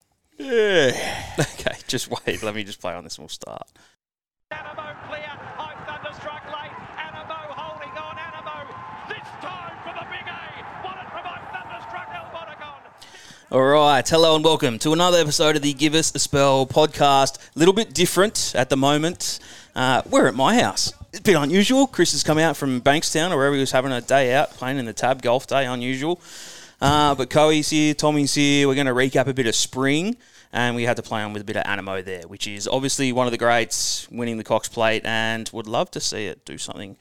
okay, just wait. Let me just play on this and we'll start. Animo clear. I'm thunderstruck late. Animo holding on. Animo. This time for the big A. Won it from I'm thunderstruck El Monagon. All right, hello and welcome to another episode of the Give Us a Spell podcast. A little bit different at the moment. Uh, we're at my house. It's a bit unusual. Chris has come out from Bankstown or wherever he was having a day out playing in the tab golf day, unusual. Uh, but Coe's here, Tommy's here. We're going to recap a bit of spring, and we had to play on with a bit of Animo there, which is obviously one of the greats winning the Cox Plate, and would love to see it do something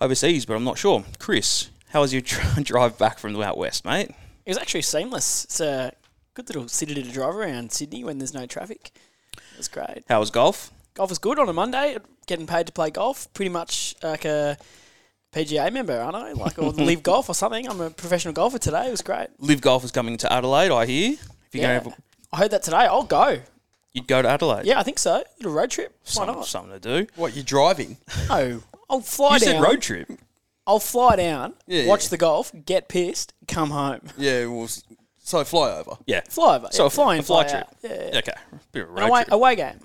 overseas, but I'm not sure. Chris, how was your dri drive back from out west, mate? It was actually seamless. It's a good little city to drive around Sydney when there's no traffic. It was great. How was golf? Golf was good on a Monday. Getting paid to play golf, pretty much like a PGA member, aren't I? Like or live golf or something. I'm a professional golfer today. It was great. Live Golf is coming to Adelaide, I hear. If you're going Yeah. to have, a- I heard that today. I'll go. you'd go to Adelaide. Yeah, I think so. Little road trip. Why Something, not? something to do. What you're driving? No, I'll fly You down. said road trip. I'll fly down, Yeah, watch yeah. the golf, get pissed, come home. Yeah, well, s- so flyover. Yeah. Fly over. So yeah, a fly, fly a in, fly, fly trip. out. Yeah, yeah. Okay. Bit of a road Away, trip. away game.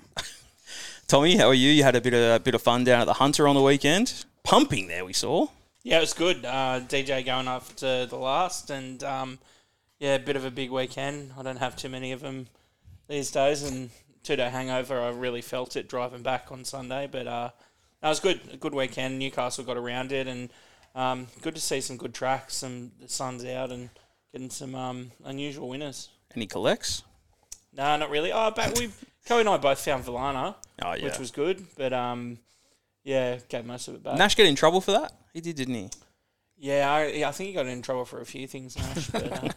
Tommy, how are you? You had a bit of bit of fun down at the Hunter on the weekend. Pumping there, we saw. Yeah, it was good. Uh, DJ going after the last, and um, yeah, a bit of a big weekend. I don't have too many of them these days, and two day hangover. I really felt it driving back on Sunday, but uh, that was good. A good weekend. Newcastle got around it, and um, good to see some good tracks. Some the sun's out, and getting some um, unusual winners. Any collects? No, not really. Oh, but we Coe and I both found Valana, Oh, yeah. which was good, but um, yeah, gave most of it back. Nash get in trouble for that? He did, didn't he? Yeah, I, yeah, I think he got in trouble for a few things, Nash. But, uh,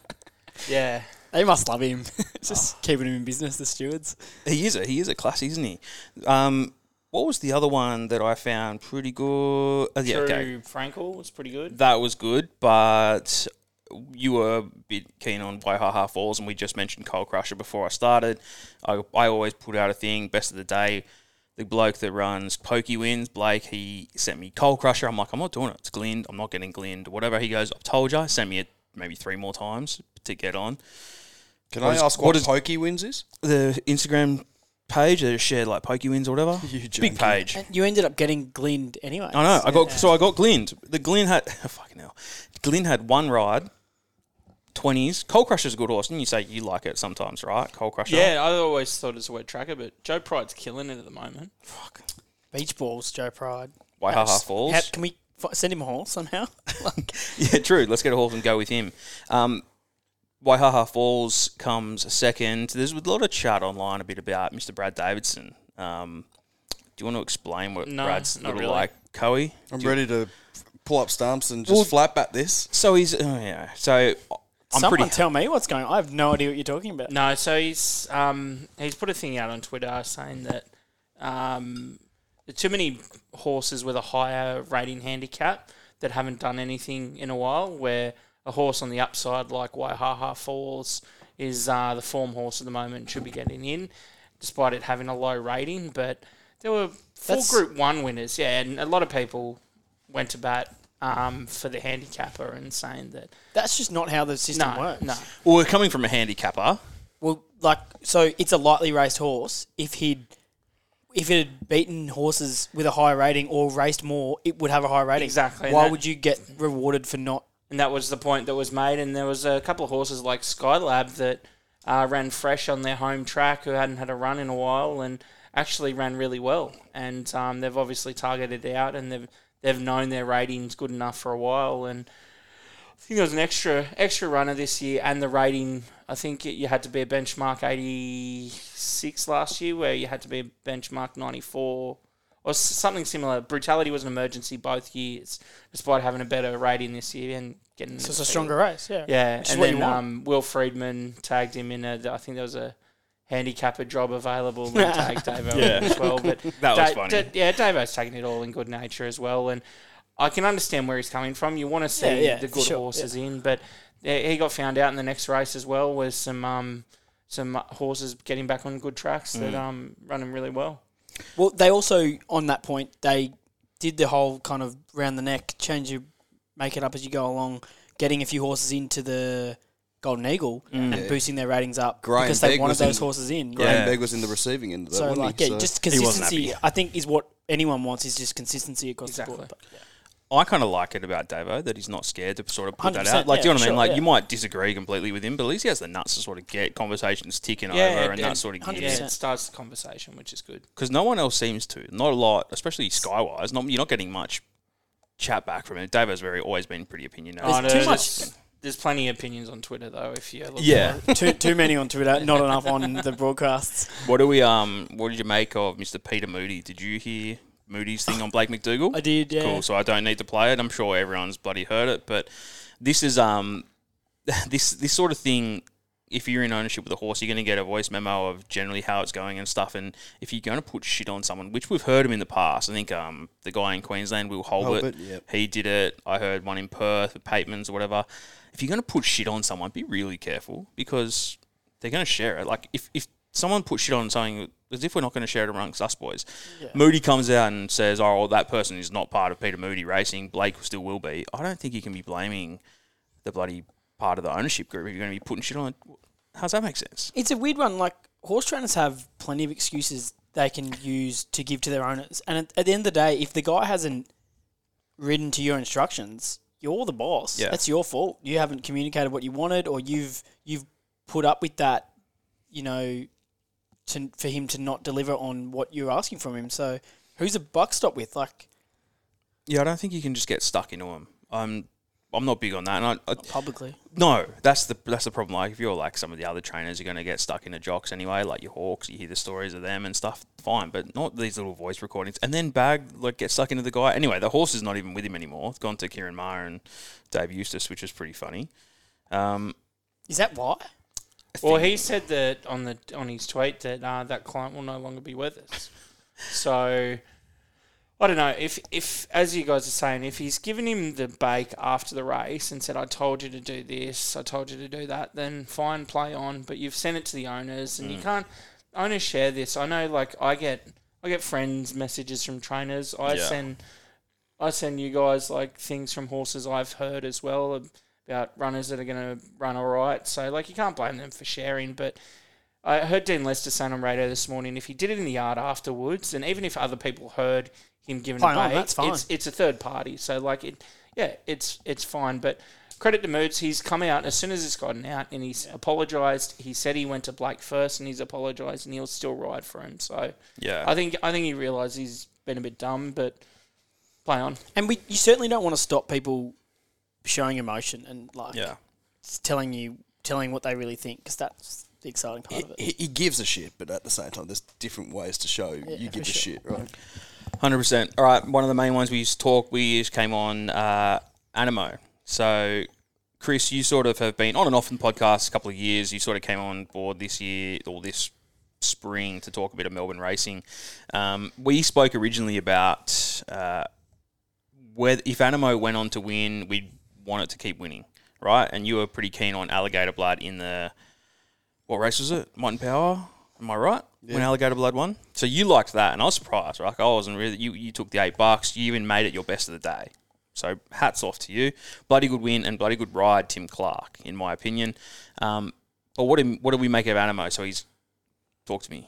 yeah, They must love him. Oh. Just keeping him in business, the stewards. He is a he is a class, isn't he? Um, what was the other one that I found pretty good? Uh, yeah, Drew okay. Frankel was pretty good. That was good, but you were a bit keen on Waihaha Falls, and we just mentioned Coal Crusher before I started. I, I always put out a thing, best of the day. The bloke that runs Pokey Wins, Blake, he sent me Coal Crusher. I'm like, I'm not doing it. It's Glind. I'm not getting Glind. Whatever. He goes, I've told you. Send me it maybe three more times to get on. Can What I is- ask what what, is- Pokey wins is? The Instagram page that is shared like Pokey Wins or whatever. You Big junkie. page. And you ended up getting Glind anyway. I know. I got so I got Glynned. The Glynn had fucking hell. Glynn had one ride, twenties. Coal Crusher's a good horse, and you say you like it sometimes, right? Coal Crusher. Yeah, I always thought it was a wet tracker, but Joe Pride's killing it at the moment. Beach balls, Joe Pride. Waihaha Falls. How- can we f- send him a horse somehow? like, yeah, true. Let's get a horse and go with him. Um, Waihaha Falls comes second. There's a lot of chat online a bit about Mr. Brad Davidson. Um, do you want to explain what No, Brad's not little really. like, Coey? I'm ready to f- pull up stumps and just flap at this. So he's oh yeah. So I'm someone pretty. tell me what's going on. I have no idea what you're talking about. No, so he's um, he's put a thing out on Twitter saying that um, there's too many horses with a higher rating handicap that haven't done anything in a while. Where a horse on the upside like Waihaha Falls is uh, the form horse at the moment should be getting in, despite it having a low rating. But there were four That's- Group One winners, yeah, and a lot of people went to bat um, for the handicapper and saying that That's just not how the system no, works. no, well, we're coming from a handicapper. Well, like, so it's a lightly raced horse. If he'd if it had beaten horses with a higher rating or raced more, it would have a higher rating. Exactly, and Why that- would you get rewarded for not? and that was the point that was made. And there was a couple of horses like Skylab that uh, ran fresh on their home track, who hadn't had a run in a while, and actually ran really well. And um, they've obviously targeted out, and they've they've known their ratings good enough for a while. And I think there was an extra extra runner this year, and the rating. I think it, you had to be a benchmark eighty six last year, where you had to be a benchmark ninety four. Or s- something similar. Brutality was an emergency both years, despite having a better rating this year and getting. So it's a stronger race. Yeah. Yeah, Which is and what then you want. um, Will Friedman tagged him in. A, I think there was a handicapper job available. And tagged Davo yeah. as well, but That was Da- funny. Da- yeah, Davo's taking it all in good nature as well, and I can understand where he's coming from. You want to see Yeah, yeah, the for good sure, horses in, but yeah, he got found out in the next race as well with some um, some horses getting back on good tracks Mm. that um running really well. Well, they also on that point they did the whole kind of round the neck change your make it up as you go along, getting a few horses into the Golden Eagle and boosting their ratings up Mm. Graham because they Begg wanted was in- those horses in. Graham Yeah. Begg was in the receiving end of that, So wasn't like, he? yeah, just He wasn't happy. consistency. I think is what anyone wants is just consistency across Exactly. the board. But, I kind of like it about Davo that he's not scared to sort of put that 100%, out. Like, do you know what I yeah, mean? Like, sure, you yeah. might disagree completely with him, but at least he has the nuts to sort of get conversations ticking Yeah, over it- and it- that sort of gear. 100%. Yeah, it starts the conversation, which is good. because no one else seems to. Not a lot, especially Skywise. Not, you're not getting much chat back from him. Davo's very always been pretty opinionated. I There's know too there's- There's plenty of opinions on Twitter though. If you look yeah. for it. yeah. too too many on Twitter, not enough on the broadcasts. what do we um? What did you make of Mr. Peter Moody? Did you hear Moody's thing on Blake McDougall? I did, yeah. Cool. So I don't need to play it. I'm sure everyone's bloody heard it, but this is um, this this sort of thing. If you're in ownership with a horse, you're going to get a voice memo of generally how it's going and stuff. And if you're going to put shit on someone, which we've heard him in the past, I think um, the guy in Queensland, Will Holbert, Holbert, yep. he did it. I heard one in Perth, Pateman's or whatever. If you're going to put shit on someone, be really careful because they're going to share it. Like if, if someone puts shit on something, as if we're not going to share it amongst us boys. Moody comes out and says, "Oh, well, that person is not part of Peter Moody Racing. Blake still will be." I don't think you can be blaming the bloody part of the ownership group if you're going to be putting shit on. it. How's that make sense? It's a weird one. Like horse trainers have plenty of excuses they can use to give to their owners, and at, at the end of the day, if the guy hasn't ridden to your instructions, you're the boss. Yeah. That's your fault. You haven't communicated what you wanted, or you've you've put up with that. You know, to for him to not deliver on what you're asking from him. So who's the buck stop with? Like Yeah, I don't think you can just get stuck into them. I'm I'm not big on that, and I, I publicly. No, that's the that's the problem. Like if you're like some of the other trainers, you're going to get stuck into jocks anyway. Like your hawks, you hear the stories of them and stuff. Fine, but not these little voice recordings. And then bag like get stuck into the guy. Anyway, the horse is not even with him anymore. It's gone to Kieran Maher and Dave Eustace, which is pretty funny. Um, Is that why? Well, he said that on the on his tweet that uh, that client will no longer be with us. so I don't know if if as you guys are saying, if he's given him the bake after the race and said, "I told you to do this, I told you to do that," then fine, play on. But you've sent it to the owners, and you can't owners share this. I know, like I get I get friends messages from trainers. I Yeah. send I send you guys like things from horses I've heard as well about runners that are going to run all right. So like you can't blame them for sharing, but I heard Dean Lester saying on radio this morning if he did it in the yard afterwards, and even if other people heard him giving Fine, a oh, bait, that's fine. it's it's a third party. So like it, yeah, it's it's fine. But credit to Moods, he's come out as soon as it's gotten out, and he's apologised. He said he went to Blake first, and he's apologised, and he'll still ride for him. So yeah, I think I think he realised he's been a bit dumb, but play on. And we you certainly don't want to stop people showing emotion and like yeah. it's telling you telling what they really think because that's the exciting part of it. He, he gives a shit, but at the same time, there's different ways to show you for give a sure. shit, right? Hundred percent. All right, one of the main ones we used to talk. We just came on uh, Animo. So, Chris, you sort of have been on and off in podcasts a couple of years. You sort of came on board this year or this spring to talk a bit of Melbourne racing. Um, we spoke originally about uh, whether if Animo went on to win, we'd want it to keep winning, right? And you were pretty keen on Alligator Blood in the what race was it? Mountain Power. Am I right? When Alligator Blood won, so you liked that, and I was surprised. Right? I wasn't really. You you took the eight bucks. You even made it your best of the day. So hats off to you. Bloody good win and bloody good ride, Tim Clark, in my opinion. Um, but what do, what do we make of Animo? So he's talk to me.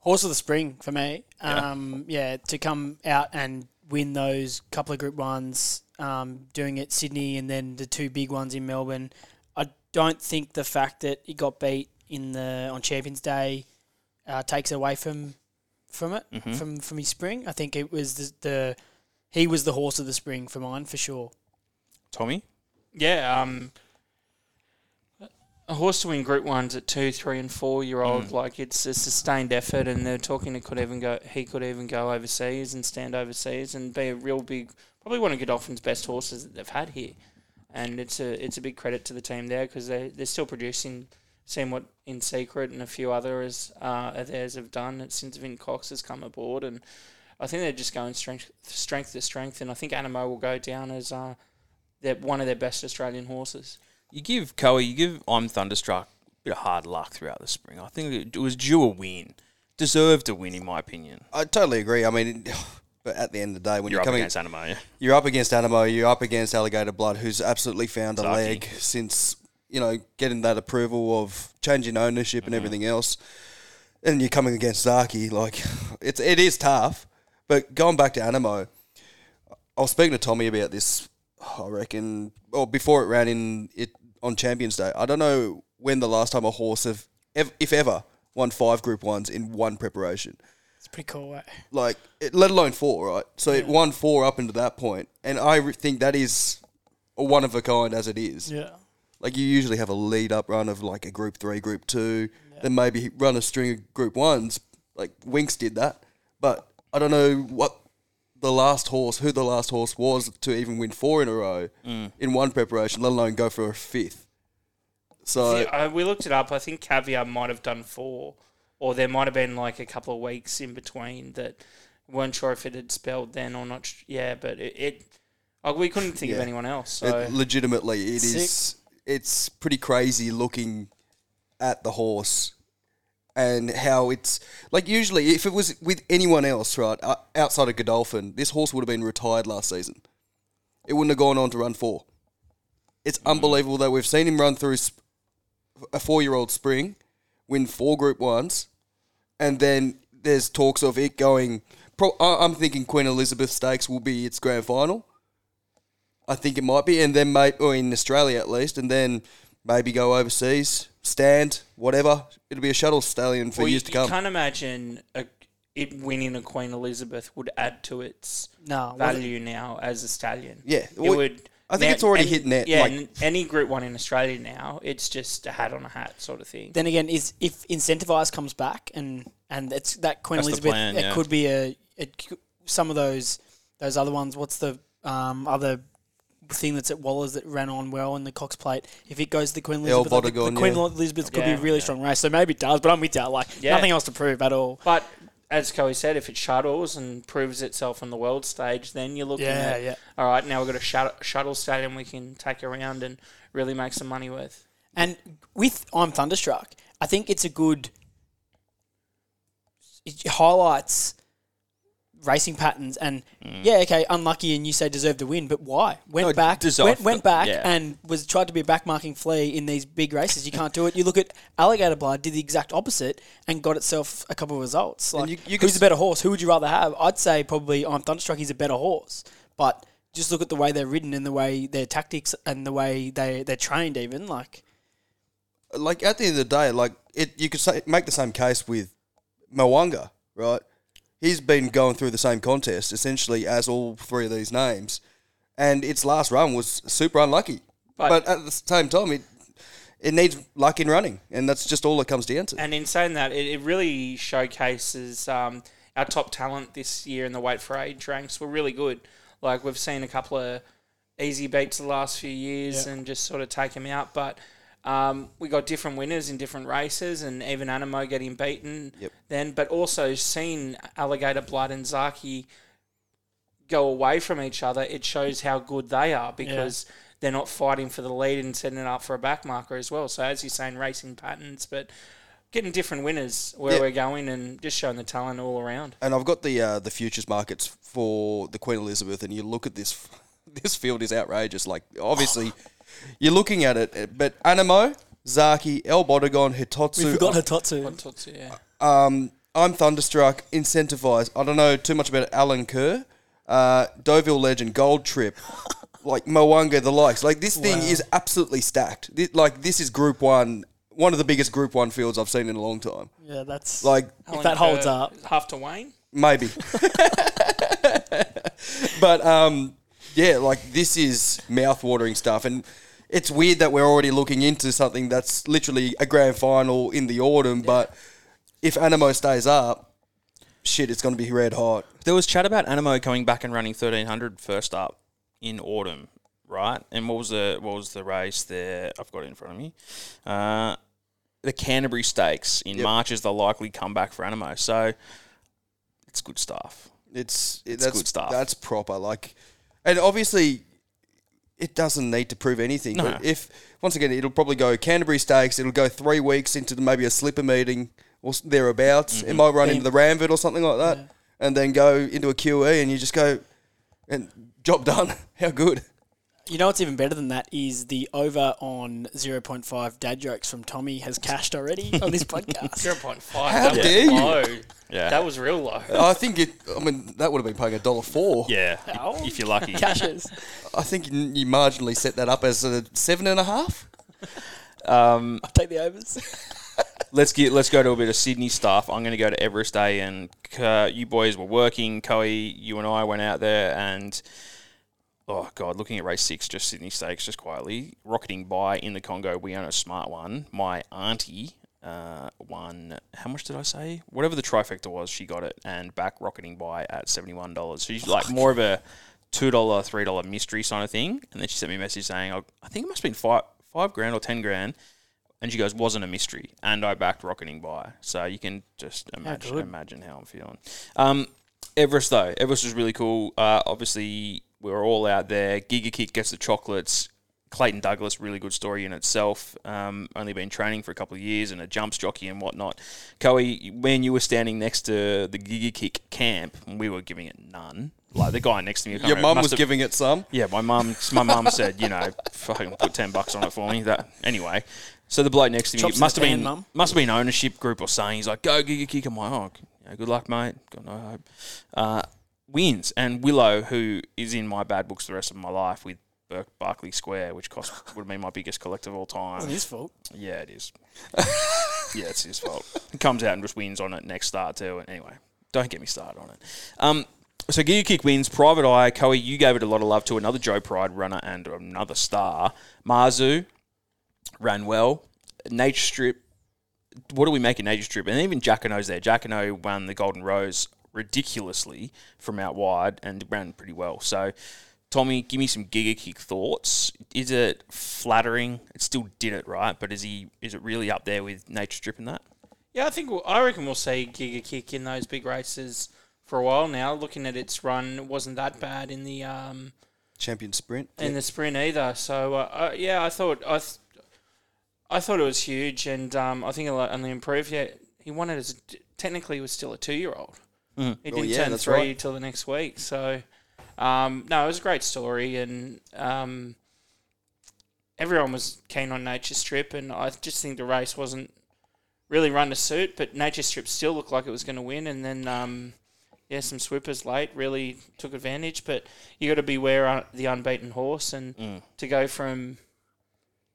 Horse of the spring for me. Um, yeah. to come out and win those couple of group ones, um, doing it Sydney and then the two big ones in Melbourne. I don't think the fact that he got beat in the on Champions Day uh, takes away from from it from from his spring. I think it was the, the he was the horse of the spring for mine for sure. Tommy. Yeah, um, a horse to win Group Ones at two, three, and four year old, like it's a sustained effort, and they're talking it could even go. He could even go overseas and stand overseas and be a real big, probably one of Godolphin's best horses that they've had here, and it's a it's a big credit to the team there because they they're still producing. Seeing what In Secret and a few others uh, of theirs have done since Vin Cox has come aboard, and I think they're just going strength strength to strength, and I think Animo will go down as uh, they're one of their best Australian horses. You give Coe, you give I'm Thunderstruck a bit of hard luck throughout the spring. I think it was due a win, deserved a win in my opinion. I totally agree. I mean, but at the end of the day, when You're you're, up coming, against Animo. yeah. you're up against Animo, you're up against Alligator Blood, who's absolutely found a Saki. leg since you know, getting that approval of changing ownership and everything else, and you're coming against Zaki, like it's it is tough. But going back to Animo, I was speaking to Tommy about this. I reckon, or before it ran in it on Champions Day. I don't know when the last time a horse have, ev- if ever, won five Group Ones in one preparation It's pretty cool. eh? like it, let alone four, right? So it won four up into that point, and I re- think that is a one of a kind as it is. Yeah. Like you usually have a lead up run of like a group three, group two, then maybe run a string of group ones. Like Winks did that, but I don't know what the last horse, who the last horse was to even win four in a row in one preparation, let alone go for a fifth. So Yeah, uh, we looked it up. I think Caviar might have done four, or there might have been like a couple of weeks in between that weren't sure if it had spelled then or not. sh- Yeah, but it, it like, we couldn't think of Yeah. anyone else. So It, legitimately, it is. Sick. It's pretty crazy looking at the horse and how it's like. Usually, if it was with anyone else, right o- outside of Godolphin, this horse would have been retired last season. It wouldn't have gone on to run four. It's unbelievable that we've seen him run through sp- a four-year-old spring, win four Group Ones, and then there's talks of it going. Pro- I- I'm thinking Queen Elizabeth Stakes will be its grand final. I think it might be, and then mate, or in Australia at least, and then maybe go overseas, stand, whatever. It'll be a shuttle stallion for Well, years you, to come. You can't imagine a, it winning a Queen Elizabeth would add to its No, well, value now as a stallion. Yeah, it well, would. I think it's already hit net, Yeah, like- n- any Group One in Australia now, it's just a hat on a hat sort of thing. Then again, is if incentivize comes back and and it's that Queen That's the Elizabeth, plan, it yeah. could be a it, c- some of those those other ones. What's the um, other thing that's at Wallers that ran on well in the Cox Plate? If it goes to the Queen El Elizabeth, like, the, Bodegon, the Queen yeah. Elizabeth could be Yeah. a really strong race. So maybe it does, but I'm with you. Like Yeah. nothing else to prove at all. But as Coey said, if it shuttles and proves itself on the world stage, then you're looking Yeah, at yeah. all right. Now we've got a shuttle, shuttle stadium we can take around and really make some money with. And with I'm Thunderstruck, I think it's a good. It highlights racing patterns and Mm. yeah, okay, unlucky, and you say deserved to win, but why? Went No, back, deserved went, it, went back, yeah. and was tried to be a backmarking flea in these big races. You can't do it. You look at Alligator Blood, did the exact opposite, and got itself a couple of results. Like, you- you who's could- a better horse? Who would you rather have? I'd say probably I'm Thunderstruck. He's a better horse, but. Just look at the way they're ridden and the way their tactics and the way they, they're trained, even. Like, like at the end of the day, like it, you could say, make the same case with Mwanga, right? He's been going through the same contest essentially as all three of these names, and its last run was super unlucky. But- But, at the same time, it it needs luck in running, and that's just all it comes down to. And in saying that, it, it really showcases um, our top talent this year in the weight for age ranks. We're really good. Like we've seen a couple of easy beats the last few years and just sort of take them out. But um, we got different winners in different races, and even Animo getting beaten Yep. then, but also seeing Alligator Blood and Zaki go away from each other. It shows how good they are because they're not fighting for the lead and setting it up for a back marker as well. So as you're saying, racing patterns, but getting different winners where Yeah. we're going and just showing the talent all around. and I've got the uh, the futures markets for the Queen Elizabeth, and you look at this this field is outrageous. Like obviously, you're looking at it, but Animo, Zaki, El Bodegon, Hitotsu, We forgot Hitotsu. Tootsie, yeah. um, I'm Thunderstruck, Incentivized. I don't know too much about Alan Kerr, uh, Deauville Legend, Gold Trip, like Mwanga, the likes. Like this thing is absolutely stacked. Thi- like this is Group One, one of the biggest Group One fields I've seen in a long time. Yeah, that's like Like Alan that holds Kerr, up. uh, Half to Wayne. maybe, but um, yeah, like this is mouth-watering stuff, and it's weird that we're already looking into something that's literally a grand final in the autumn. But if Animo stays up, shit, it's going to be red hot. There was chat about Animo coming back and running 1300 first up in autumn, right? And what was the what was the race there? I've got it in front of me. Uh, the Canterbury Stakes in March is the likely comeback for Animo. So it's good stuff. It's, that's good stuff. That's proper. Like, and obviously, it doesn't need to prove anything. No. But if once again, it'll probably go Canterbury Stakes. It'll go three weeks into the- maybe a slipper meeting or s- thereabouts. Mm-hmm. It might run into the Ramford or something like that, E and then go into a QE, and you just go, and job done. How good? You know what's even better than that is the over on 0.5 dad jokes from Tommy has cashed already on this podcast. Zero point five. How that was dare you? low. Yeah. That was real low. I think it. I mean, that would have been paying a dollar four. Yeah, Ow. if you're lucky. Cashes. I think you you marginally set that up as a seven and a half. I'll take the overs. Let's get let's go to a bit of Sydney stuff. I'm going to go to Everest Day, and uh, you boys were working. Coe, you and I went out there, and oh god, looking at race six, just Sydney Stakes, just quietly rocketing by in the Congo. We own a smart one. My auntie uh, won. How much did I say? Whatever the trifecta was, she got it, and back rocketing by at seventy one dollars. So she's like more of a two dollar, three dollar mystery kind of thing. And then she sent me a message saying, "I I think it must have been five five grand or ten grand." And she goes, wasn't a mystery. And I backed rocketing by. So you can just imagine good. imagine how I'm feeling. Um, Everest, though. Everest was really cool. Uh, obviously, we were all out there. Giga Kick gets the chocolates. Clayton Douglas, really good story in itself. Um, only been training for a couple of years and a jumps jockey and whatnot. Coe, when you were standing next to the Giga Kick camp, we were giving it none. Like the guy next to me, I can't Your remember, mum must was have- giving it some. yeah, my mum. My mum said, you know, fucking put ten bucks on it for me. That anyway. So the bloke next to me Chops in must the have pan, been mum. must have been ownership group or something. He's like, go giga kick. I'm like, oh, you know, good luck, mate. Got no hope. Uh, wins and Willow, who is in my bad books the rest of my life with Burke Barkley Square, which cost would have been my biggest collect of all time. It's his fault. Yeah, it is. yeah, it's his fault. He comes out and just wins on it next start too. And anyway, don't get me started on it. Um, so Giga Kick wins. Private Eye, Koei, you gave it a lot of love to another Joe Pride runner and another star. Marzu ran well. Nature Strip. What do we make of Nature Strip? And even Jackano's there. Jackano won the Golden Rose ridiculously from out wide and ran pretty well. So, Tommy, give me some Giga Kick thoughts. Is it flattering? It still did it right, but is he is it really up there with Nature Strip in that? Yeah, I think we'll, I reckon we'll see Giga Kick in those big races for a while now. Looking at its run, it wasn't that bad in the um, Champion sprint. in the sprint either. So uh, uh, yeah, I thought I, th- I thought it was huge, and um, I think it'll only improve. Yeah, he won it as a, technically he was still a two year old. He didn't Mm. yeah, turn that's three right. till the next week. So um, no, it was a great story, and um, everyone was keen on Nature Strip, and I just think the race wasn't really run to suit, but Nature Strip still looked like it was going to win, and then. Um, yeah, some swoopers late really took advantage, but you got to beware uh, the unbeaten horse and Mm. to go from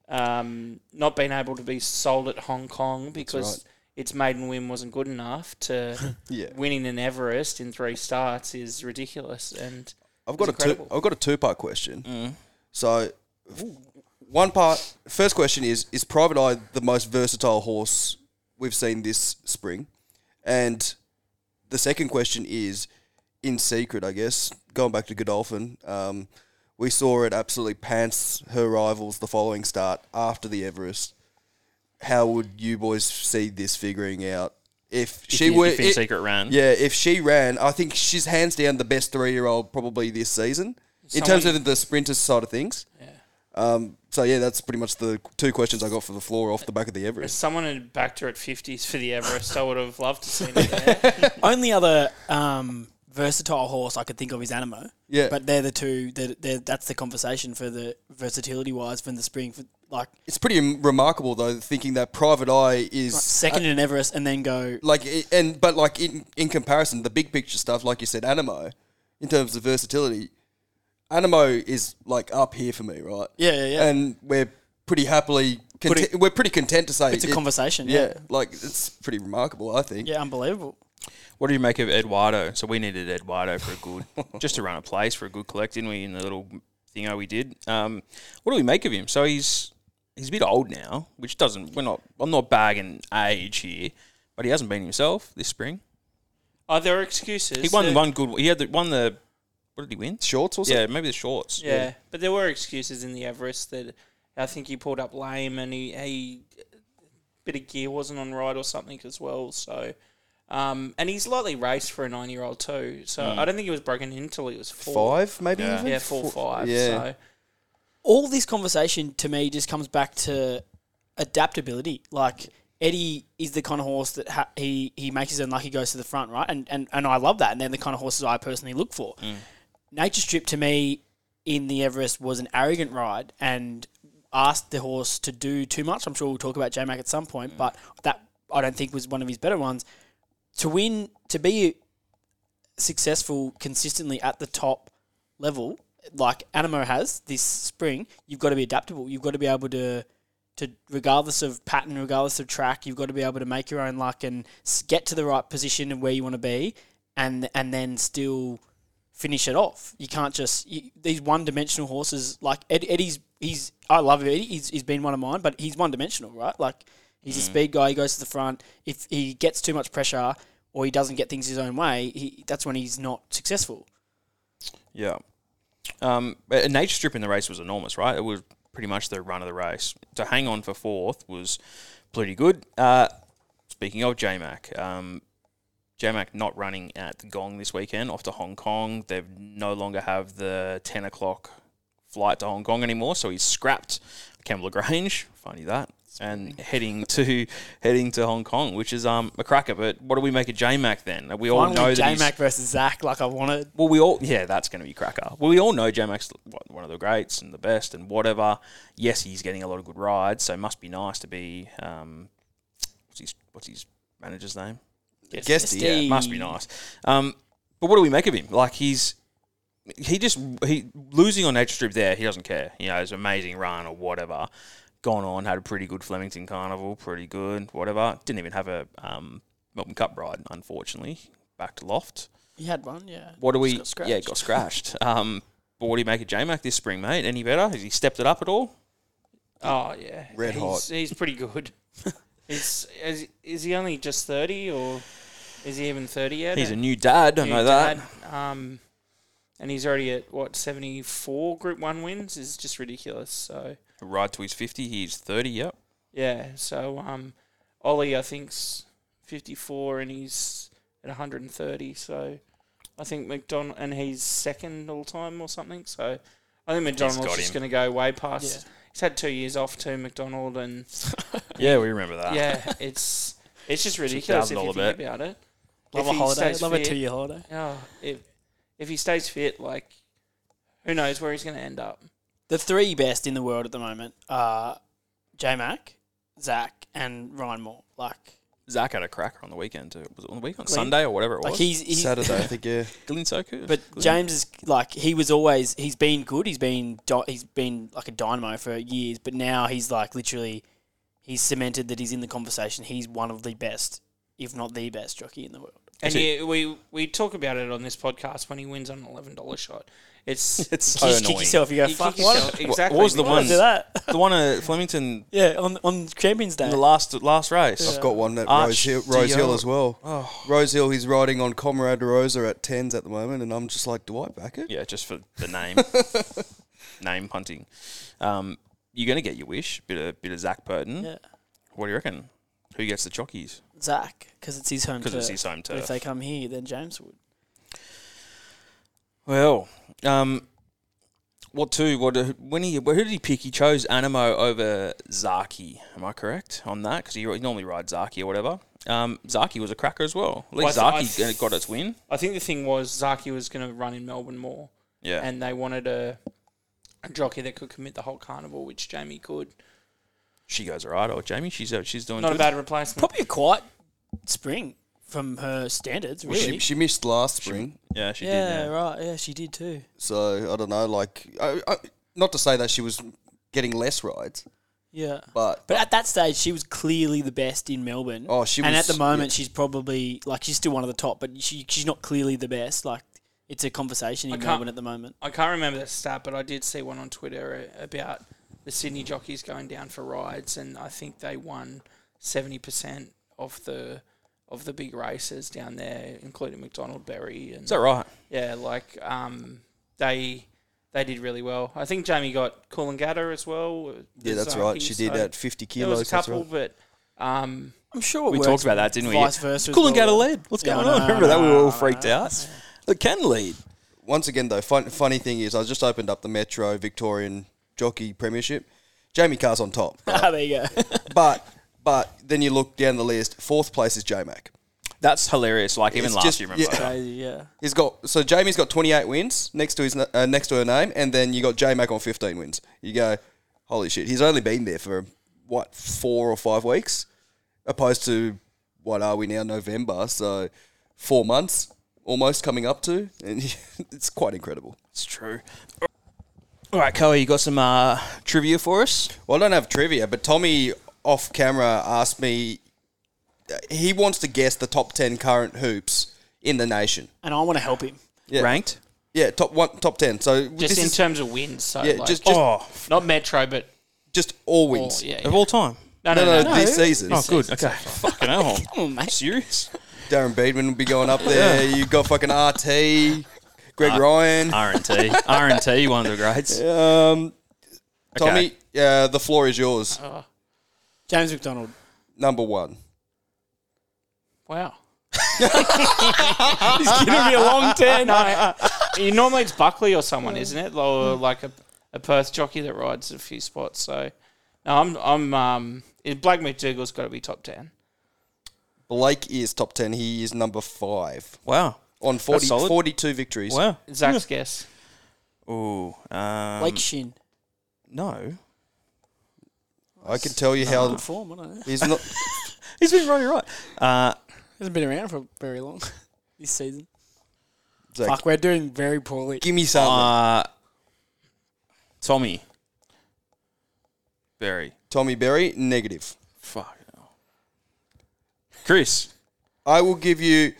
um, not being able to be sold at Hong Kong because right. its maiden win wasn't good enough to Yeah. winning an Everest in three starts is ridiculous. And I've got a it's two, incredible. Mm. I've got a two part question. So, f- one part. First question is: Is Private Eye the most versatile horse we've seen this spring? And the second question is, in secret, I guess, going back to Godolphin, um, we saw it absolutely pants her rivals the following start after the Everest. How would you boys see this figuring out? If she you- were if in it- secret ran. yeah, if she ran, I think she's hands down the best three year old probably this season in terms of the sprinter side of things. Yeah. Um, so yeah, that's pretty much the two questions I got for the floor off the back of the if Everest. someone had backed her at 50s for the Everest, I would have loved to see it there. Only other um, versatile horse I could think of is Animo. Yeah. But they're the two, they're, they're, that's the conversation for the versatility wise from the spring. For, like, It's pretty m- remarkable though, thinking that Private Eye is second in Everest and then go like i- and but like in in comparison, the big picture stuff, like you said, Animo, in terms of versatility, Animo is like up here for me, right? Yeah, yeah, yeah. And we're pretty happily. Content, we're pretty content to say It's a conversation, Yeah, yeah. like it's pretty remarkable. I think. Yeah, unbelievable. What do you make of Eduardo? So we needed Eduardo for a good, just to run a place for a good collect, didn't we? In the little thingo we did. Um, what do we make of him? So he's he's a bit old now, which doesn't. We're not. I'm not bagging age here, but he hasn't been himself this spring. Are there excuses? He won There- one good. He had the, won the. What did he win? Shorts or something. Yeah, maybe the shorts. Yeah, but there were excuses in the Everest that I think he pulled up lame and he he bit of gear wasn't on right or something as well. So, um, and he's lightly raced for a nine year old too. So Hmm. I don't think he was broken in until he was four. five, maybe Yeah. even. Yeah, four, five. So all this conversation to me just comes back to adaptability. Like Eddie is the kind of horse that ha- he he makes his own luck. He goes to the front, right? And and and I love that. And they're the kind of horses I personally look for. Nature Strip to me in the Everest was an arrogant ride and asked the horse to do too much. I'm sure we'll talk about J Mac at some point, but that I don't think was one of his better ones. To win, to be successful consistently at the top level, like Animo has this spring, you've got to be adaptable. You've got to be able to to regardless of pattern, regardless of track, you've got to be able to make your own luck and s- get to the right position and where you want to be, and and then still finish it off. You can't just you, these one dimensional horses like Ed, Eddie's. He's I love Eddie. He's, he's been one of mine, but he's one dimensional, right? Like he's a Mm. speed guy. He goes to the front. If he gets too much pressure or he doesn't get things his own way, he, that's when he's not successful. Yeah. Um, but Nature Strip in the race was enormous, right? It was pretty much the run of the race. To hang on for fourth was pretty good. Uh, speaking of JMac, um, JMac not running at the Gong this weekend, off to Hong Kong. They no longer have the 10 o'clock flight to Hong Kong anymore, so he's scrapped Campbell Grange. Funny that. And heading to heading to Hong Kong, which is um, a cracker. But what do we make of JMac then? We all know Finally, that J he's- Mac versus Zach, like I wanted. well, we all yeah, that's going to be cracker. Well, we all know Jamax one of the greats and the best and whatever. Yes, he's getting a lot of good rides, so it must be nice to be. Um, what's his what's his manager's name? Guesty, yeah. It must be nice. Um, but what do we make of him? Like he's he just he losing on Nature Strip there. He doesn't care. You know, it's an amazing run or whatever. Gone on, had a pretty good Flemington Carnival, pretty good, whatever. Didn't even have a um, Melbourne Cup ride, unfortunately. Back to loft. He had one, yeah. What do we? Just got yeah, scratched. got scratched. Um, but what do you make of J Mac this spring, mate? Any better? Has he stepped it up at all? Oh yeah, Red he's, hot. He's pretty good. he's, is is he only just thirty or is he even thirty yet? He's a new dad. I know that. that. Um, and he's already at what seventy four Group One wins is just ridiculous. So Ride to his fifty. He's thirty. Yep. yeah, so um, Ollie I think's fifty four and he's at one hundred and thirty. So I think McDonald and he's second all time or something. So I think McDonald's got just him. going to go way Yeah. past. He's had two years off too, McDonald, and Yeah, we remember that. yeah, it's it's just ridiculous if you $1,000 think bet. about it. Love If a he holiday. stays Love a fit- two year holiday. Oh, if if he stays fit, like who knows where he's going to end up? The three best in the world at the moment are J Mac, Zach, and Ryan Moore. Like, Zach had a cracker on the weekend. Too. Was it on the weekend? Glenn- Sunday or whatever it was. like he's, he's Saturday, I think. Yeah, Glenn Soku. but Glenn- James is like he was always he's been good. He's been di- he's been like a dynamo for years, but now he's like literally he's cemented that he's in the conversation. He's one of the best, if not the best jockey in the world. And Is it- you, we we talk about it on this podcast when he wins on an eleven dollar shot. It's It's so you annoying. just kick yourself. You go you fuck. kick Why yourself. did- Exactly. What was the Why why one? did I do that? The one at Flemington yeah, on on Champions Day. in the last last race. I've got one at Arch Rose Hill, Rose Hill Dior. as well. Oh. Rose Hill, he's riding on Comrade Rosa at tens at the moment, and I'm just like, do I back it? Yeah, just for the name, name hunting. Um, you're gonna get your wish. Bit of bit of Zach Burton. Yeah. What do you reckon? Who gets the chockies? Zach, because it's his home. 'Cause it's turf. his home But turf. If they come here, then James would. Well, um, what two? What when he? Who did he pick? He chose Animo over Zaki. Am I correct on that? Because he, he normally rides Zaki or whatever. Um, Zaki was a cracker as well. At least Well, I th- Zaki I th- got its win. I think the thing was Zaki was going to run in Melbourne more, Yeah, and they wanted a, a jockey that could commit the whole carnival, which Jamie could. she goes alright. Or Jamie, she's uh, she's doing Not good. a bad replacement. Probably a quiet spring from her standards, really. She, she missed last spring, Yeah, she yeah, did. Yeah. right. Yeah, she did too. so I don't know. Like, I, I, not to say that she was getting less rides, Yeah. but But at that stage, she was clearly the best in Melbourne. Oh, she And was- at the moment, she's probably like she's still one of the top, but she she's not clearly the best. Like it's a conversation in can't- Melbourne at the moment. I can't remember the stat, but I did see one on Twitter uh, about the Sydney jockeys going down for rides, and I think they won seventy percent of the of the big races down there, including McDonald Berry and Is that right? yeah, like um, they they did really well. I think Jamie got Coolangatta as well. uh, yeah, that's right. She did at 50 There was kilos. a that's right. couple, but um, I'm sure We talked about that, didn't we? Vice versa. as Cool and well. get a lead. What's Yeah, going I on? know, Remember that? We were I all know, freaked I know. out. It can lead. Once again, though, fun, funny thing is, I just opened up the Metro Victorian Jockey Premiership. Jamie Carr's on top, Ah, there you go. but but then you look down the list. Fourth place is J Mac. That's hilarious. Like even It's last just- year, remember? yeah. Crazy, yeah. He's got so Jamie's got 28 wins next to his na- uh, next to her name, and then you got J Mac on 15 wins. You go, holy shit! He's only been there for what four or five weeks, opposed to what are we now November? So four months almost coming up to, and it's quite incredible. It's true. All right, Coe, you got some uh, trivia for us? Well, I don't have trivia, but Tommy off camera asked me uh, he wants to guess the top 10 current hoops in the nation. and I want to help him. Yeah. Ranked? Yeah, top one, top 10. So Just this in is- terms of wins, so yeah, like, just just, oh, f- not metro, but just all all, wins. yeah, yeah. of all time. No, No, no, no, no, this season. Oh, good. Okay. Fucking hell. Come on, mate. Serious? Darren Beedman will be going up there. You got fucking RT, Greg Uh, Ryan. R&T. R&T, one of the greats. Um, Tommy, Okay. uh, the floor is yours. James McDonald. Number one. Wow. it's going to be a long ten. No, you- normally it's Buckley or someone, isn't it? Or like a, a Perth jockey that rides a few spots. So, no, I'm I'm um, it- Black McDougal's got to be top ten. Blake is top 10. He is number five Wow. on 40, solid. 42 victories. Wow. Zach's guess. Ooh. Um, Blake Shin. no. I can tell uh, you how Good form, wasn't it? he's not. He's been very right. Uh, Hasn't been around for very long this season. Zach, Fuck, we're doing very poorly. give me something. uh, Tommy. Barry. Tommy Berry, negative. Fuck. hell. Chris. I will give you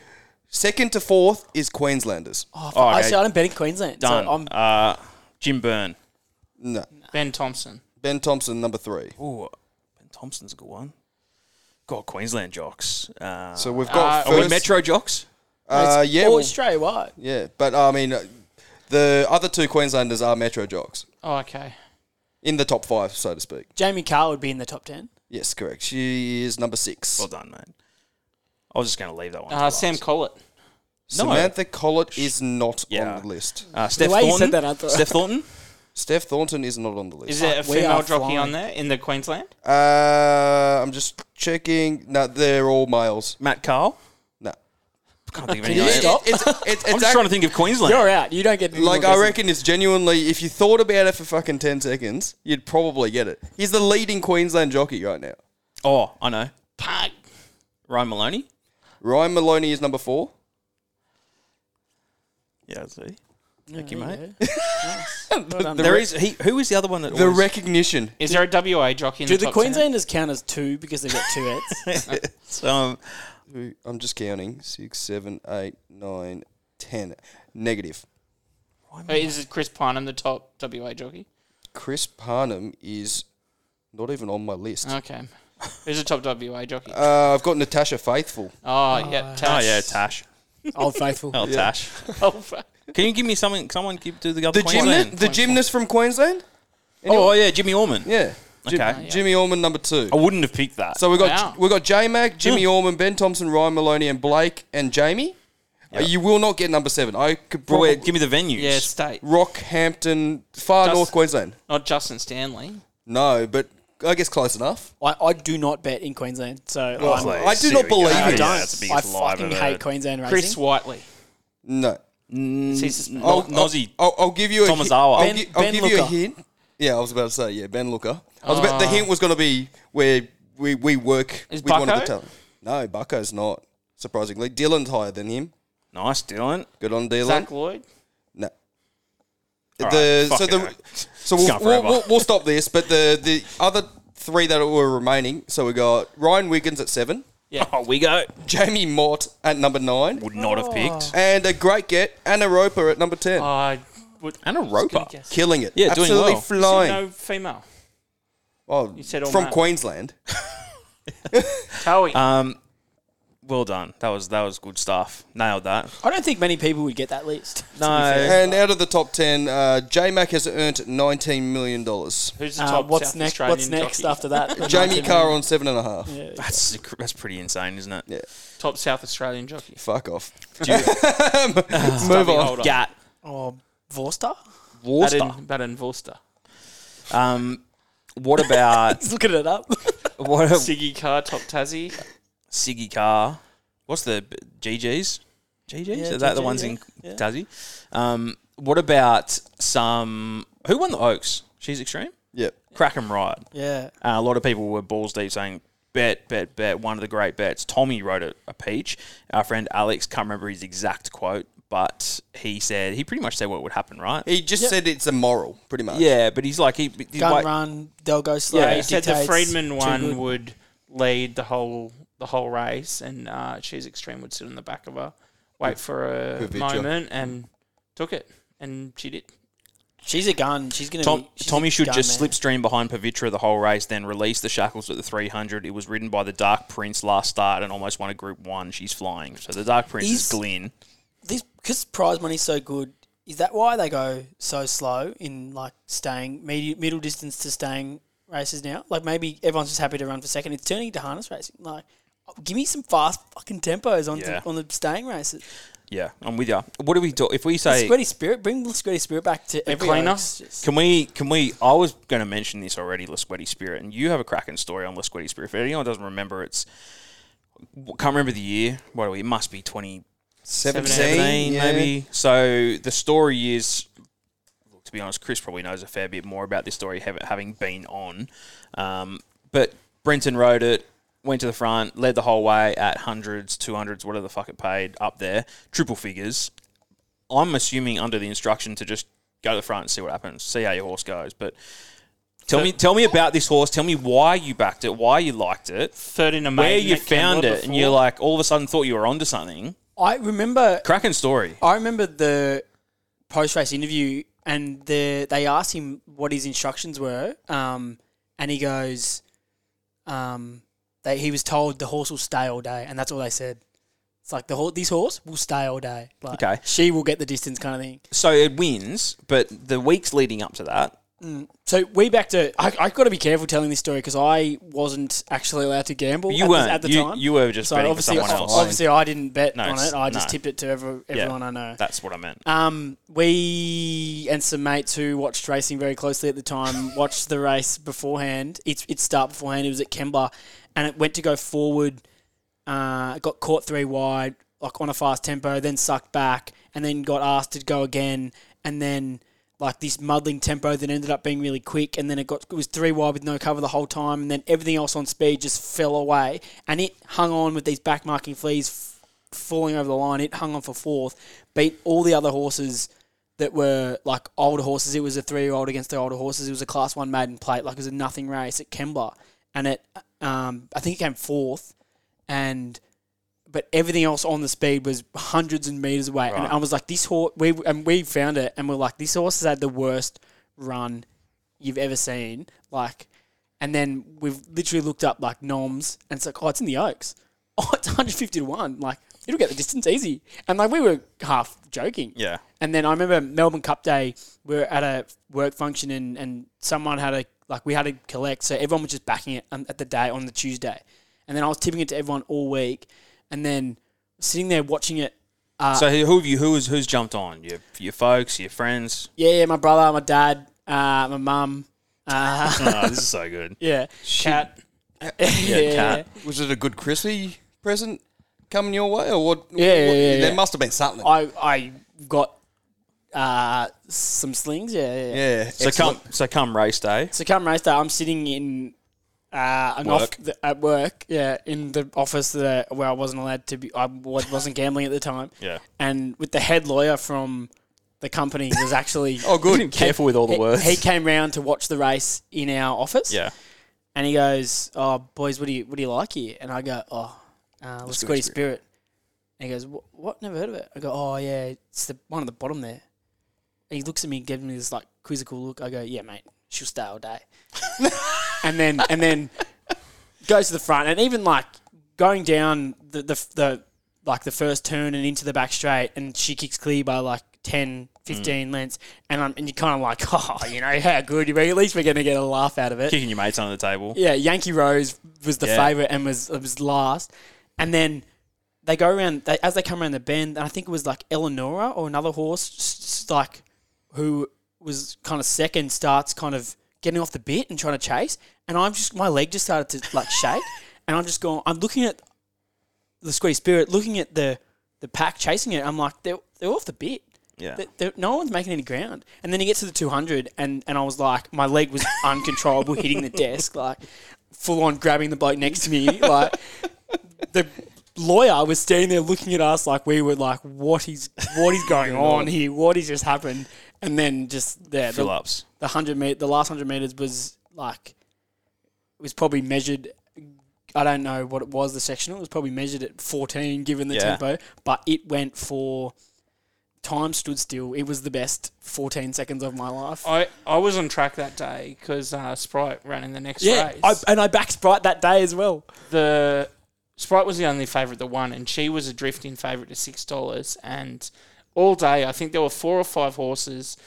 second to fourth is Queenslanders. Oh, fuck, Oh, I okay. see, I don't bet in Queensland. Done. So I'm uh, Jim Byrne. No. Ben Thompson. Ben Thompson, number three. Ooh, uh, Ben Thompson's a good one. God, Queensland jocks. Uh, So we've got Uh, are we first. Metro jocks? uh, yeah, all well, Australia wide. yeah, but I mean, uh, the other two Queenslanders are Metro jocks Oh, okay. in the top five, so to speak. Jamie Carr would be in the top ten. Yes, correct. She is number six. Well done, mate. I was just going to leave that one. Uh, Sam Collett. no. Samantha Collett is not Yeah. on the list. uh, Steph way you Thornton. said that, I thought- Steph Thornton. Steph Thornton is not on the Is list. there a Fuck, we are female jockey on flying. there in the Queensland? Uh, I'm just checking. No, they're all males. Matt Carl. No. Can't think of you any. other- stop? It's, it's, it's I'm just act- trying to think of Queensland. You're out. You don't get any more Like I guesses. reckon it's genuinely if you thought about it for fucking ten seconds, you'd probably get it. He's the leading Queensland jockey right now. Oh, I know. Pug. Ryan Maloney. Ryan Maloney is number four. Yeah, I see. Thank you, Yeah. mate. Nice. Well done. There is he. Who is the other one that? The always- recognition. Is there a WA jockey in Do the the top 10? Queenslanders count as two because they've got two heads? um, I'm just counting. Six, seven, eight, nine, ten. Negative. Uh, Is it Chris Parnham the top WA jockey? Chris Parnham is not even on my list. Okay. Who's the top WA jockey? Uh, I've got Natasha Faithful. oh, yeah. oh Tash. yeah, Tash. Old faithful. Oh, Tash. Oh, fuck. Can you give me something? Someone give to the other The Queensland. gymnast, the gymnast from Queensland. oh, yeah, Jimmy Orman. Yeah. Jim- Okay. Yeah. Oh, Jimmy Orman number two. I wouldn't have picked that. So we got Wow. we got J Hmm. Mac, Jimmy Orman, Ben Thompson, Ryan Maloney, and Blake and Jamie. Uh, you will not get number seven. I could But probably wait, give me the venues. Yeah, state. Rockhampton, far Just- north Queensland. Not Justin Stanley. No, but I guess close enough. I, I do not bet in Queensland, so I'm- Please, I do here not we go. believe Yeah, it. I don't. that's the I biggest lie uh, I've fucking ever hate heard. Queensland racing. uh, Chris Whiteley. No. He's- oh, No- I'll- Oh, Nozzy. I'll, I'll give you a Thomas hint. Awa. I'll, Ben- gi- I'll Ben give you a Looker. hint. Yeah, I was about to say yeah, Ben Looker. I was Ah. about, the hint was going to be where we, we work Is with one of the Bucko? talent. No, Bucko's not surprisingly. Dylan's higher than him. Nice, Dylan. Good on Dylan. Zach Lloyd. No. All the right, so fucking the hell. so It's we'll, gone we'll, forever. we'll, we'll stop this, but the the other three that were remaining. So we got Ryan Wiggins at seven, Yeah. Oh, we go. Jamie Mott at number nine, Would not have picked. and a great get Anna Roper at number Uh, ten, I would. And a roper. guess. killing it. Oh, Yeah, doing absolutely well. flying. No female. oh, said all from male. Queensland. Towie. Uh, Um, well done. That was that was good stuff. Nailed that. I don't think many people would get that list. No. And out of the top ten, uh, J Mac has earned nineteen million dollars. Who's the Uh, top what's South next? Australian what's next jockey? after that? Jamie Carr on seven and a half. That's that's pretty insane, isn't it? Yeah. Top South Australian jockey. Fuck off. Move on. Gat. or Oh, Vorster? Baden, Baden Volster. Um, what about He's looking it up. what? A, Siggy Carr, top Tassie. Siggy Carr. What's the GGs? GGs? Yeah, Is that the GG, ones yeah. in Yeah. Tassie? Um, what about some. Who won the Oaks? She's Extreme? Yep. Crack 'em Ride. Yeah. Uh, a lot of people were balls deep saying, bet, bet, bet, one of the great bets. Tommy wrote a, a peach. Our friend Alex, can't remember his exact quote, but he said, he pretty much said what would happen, right? He just Yep. said it's immoral, pretty much. yeah, but he's like, he, he Gun wait- run, they'll go slow. Yeah, he said the dictates, Friedman too one good. would lead the whole the whole race, and uh, she's extreme would sit in the back of her, wait for a Good picture. moment, and took it, and she did. She's a gun. She's going to Tom, be. she's a Tommy should gun, just man. slipstream behind Pavitra the whole race, then release the shackles at the 300. It was ridden by the Dark Prince last start and almost won a Group 1. She's flying. So the Dark Prince is Is- Glyn. These Because prize money's so good, is that why they go so slow in like staying medi- middle distance to staying races now? Like maybe everyone's just happy to run for second. It's turning into harness racing. Like, give me some fast fucking tempos on, Yeah. the, on the staying races. Yeah, I'm with you. What do we do? If we say. Squirty Spirit, bring Squirty Spirit back to every cleaner? Oaks. Just- Can we? Can we? I was going to mention this already, Lasquetti Spirit, and you have a cracking story on Lasquetti Spirit. If anyone doesn't remember, it's can't remember the year. What are we? It must be twenty 17, seventeen, yeah. maybe. So the story is, look, to be honest, Chris probably knows a fair bit more about this story, hav- having been on. Um, but Brenton rode it, went to the front, led the whole way at hundreds, two hundreds, whatever the fuck it paid, up there, triple figures. I'm assuming under the instruction to just go to the front and see what happens, see how your horse goes. But tell me, tell me about this horse. Tell me why you backed it, why you liked it, Third in a where maiden you at Kembla found it, and before. you're like all of a sudden thought you were onto something. I remember Cracking story. I remember the post race interview, and the, they asked him what his instructions were, um, and he goes, um, they, he was told the horse will stay all day, and that's all they said. It's like the hor this horse will stay all day. Like, Okay. she will get the distance, kind of thing. So it wins, but the weeks leading up to that, So we back to I, I got to be careful telling this story because I wasn't actually allowed to gamble. You at weren't. the, at the You- time. you were just so betting for obviously, someone else. obviously I didn't bet No, on it's- it. I just no. tipped it to every, yeah, everyone I know. That's what I Uh, meant. Um, we and some mates who watched racing very closely at the time watched the race beforehand. It's its start beforehand. It was at Kembla, and it went to go forward. Uh, got caught three wide, like on a fast tempo, then sucked back, and then got asked to go again, and then like this muddling tempo that ended up being really quick, and then it got it was three wide with no cover the whole time, and then everything else on speed just fell away, and it hung on with these backmarking fleas f- falling over the line. It hung on for fourth, beat all the other horses that were like older horses. It was a three year old against the older horses. It was a class one maiden plate, like it was a nothing race at Kembla, and it um, I think it came fourth, and but everything else on the speed was hundreds and meters away. And I was like, this horse, we and we found it, and we're like, this horse has had the worst run you've ever seen. Like, and then we've literally looked up like noms, and it's like, oh, it's in the Oaks. Oh, it's 150 to one. Like, it'll get the distance easy. And like, we were half joking. Yeah. And then I remember Melbourne Cup Day, we were at a work function and, and someone had a, like, we had to collect. So everyone was just backing it on, at the day on the Tuesday. And then I was tipping it to everyone all week. And then sitting there watching it. Uh, So who have you? Who is who's jumped on? Your your folks, your friends. yeah, yeah, my brother, my dad, uh, my mum. Uh, Oh, this is so good. yeah. cat. Yeah, cat. Was it a good Chrissy present coming your way, or what? Yeah, yeah, what- yeah, There yeah. must have been something. I, I got uh, some slings. Yeah, yeah. yeah. yeah. So come so come race day. So come race day, I'm sitting in uh, an off Work. th- at work. Yeah, in the office that where I wasn't allowed to be. I wa- wasn't gambling at the time. Yeah. and with the head lawyer from the company was actually. Oh, good. Careful with all the he- words. He came round to watch the race in our office. yeah. and he goes, "Oh, boys, what do you what do you like here?" And I go, "Oh, uh, let's Squirty Spirit. Spirit." And he goes, "What? what? Never heard of it?" I go, "Oh yeah, it's the one at the bottom there." And he looks at me, gives me this like quizzical look. I go, "Yeah, mate, she'll stay all day." and then and then goes to the front, and even like going down the the, the like the first turn and into the back straight, and she kicks clear by like 10, 15 lengths, and I'm, and you're kind of like, oh, you know, how good you be? At least we're going to get a laugh out of it. Kicking your mates under the table. Yeah, Yankee Rose was the Yeah. favorite and was was last, and then they go around they, as they come around the bend, and I think it was like Eleonora or another horse, s- s- like who was kind of second, starts kind of getting off the bit and trying to chase, and I'm just my leg just started to like shake, and I'm just going, I'm looking at the Squeeze Spirit, looking at the the pack chasing it, I'm like, they're, they're off the bit. Yeah. They- they're- no one's making any ground. And then he gets to the 200, and, and I was like, my leg was uncontrollable, hitting the desk, like full on grabbing the bloke next to me. Like, the lawyer was standing there looking at us like we were like, what is what is going on here? What has just happened? And then just there, the, Fill ups. the hundred meter, the last hundred meters was like it was probably measured. I don't know what it was. The sectional it was probably measured at fourteen, given the Yeah. tempo, but it went for time stood still. It was the best fourteen seconds of my life. I, I was on track that day because uh, Sprite ran in the next yeah, race. I, and I backed Sprite that day as well. the Sprite was the only favourite that won, and she was a drifting favourite to six dollars. And all day, I think there were four or five horses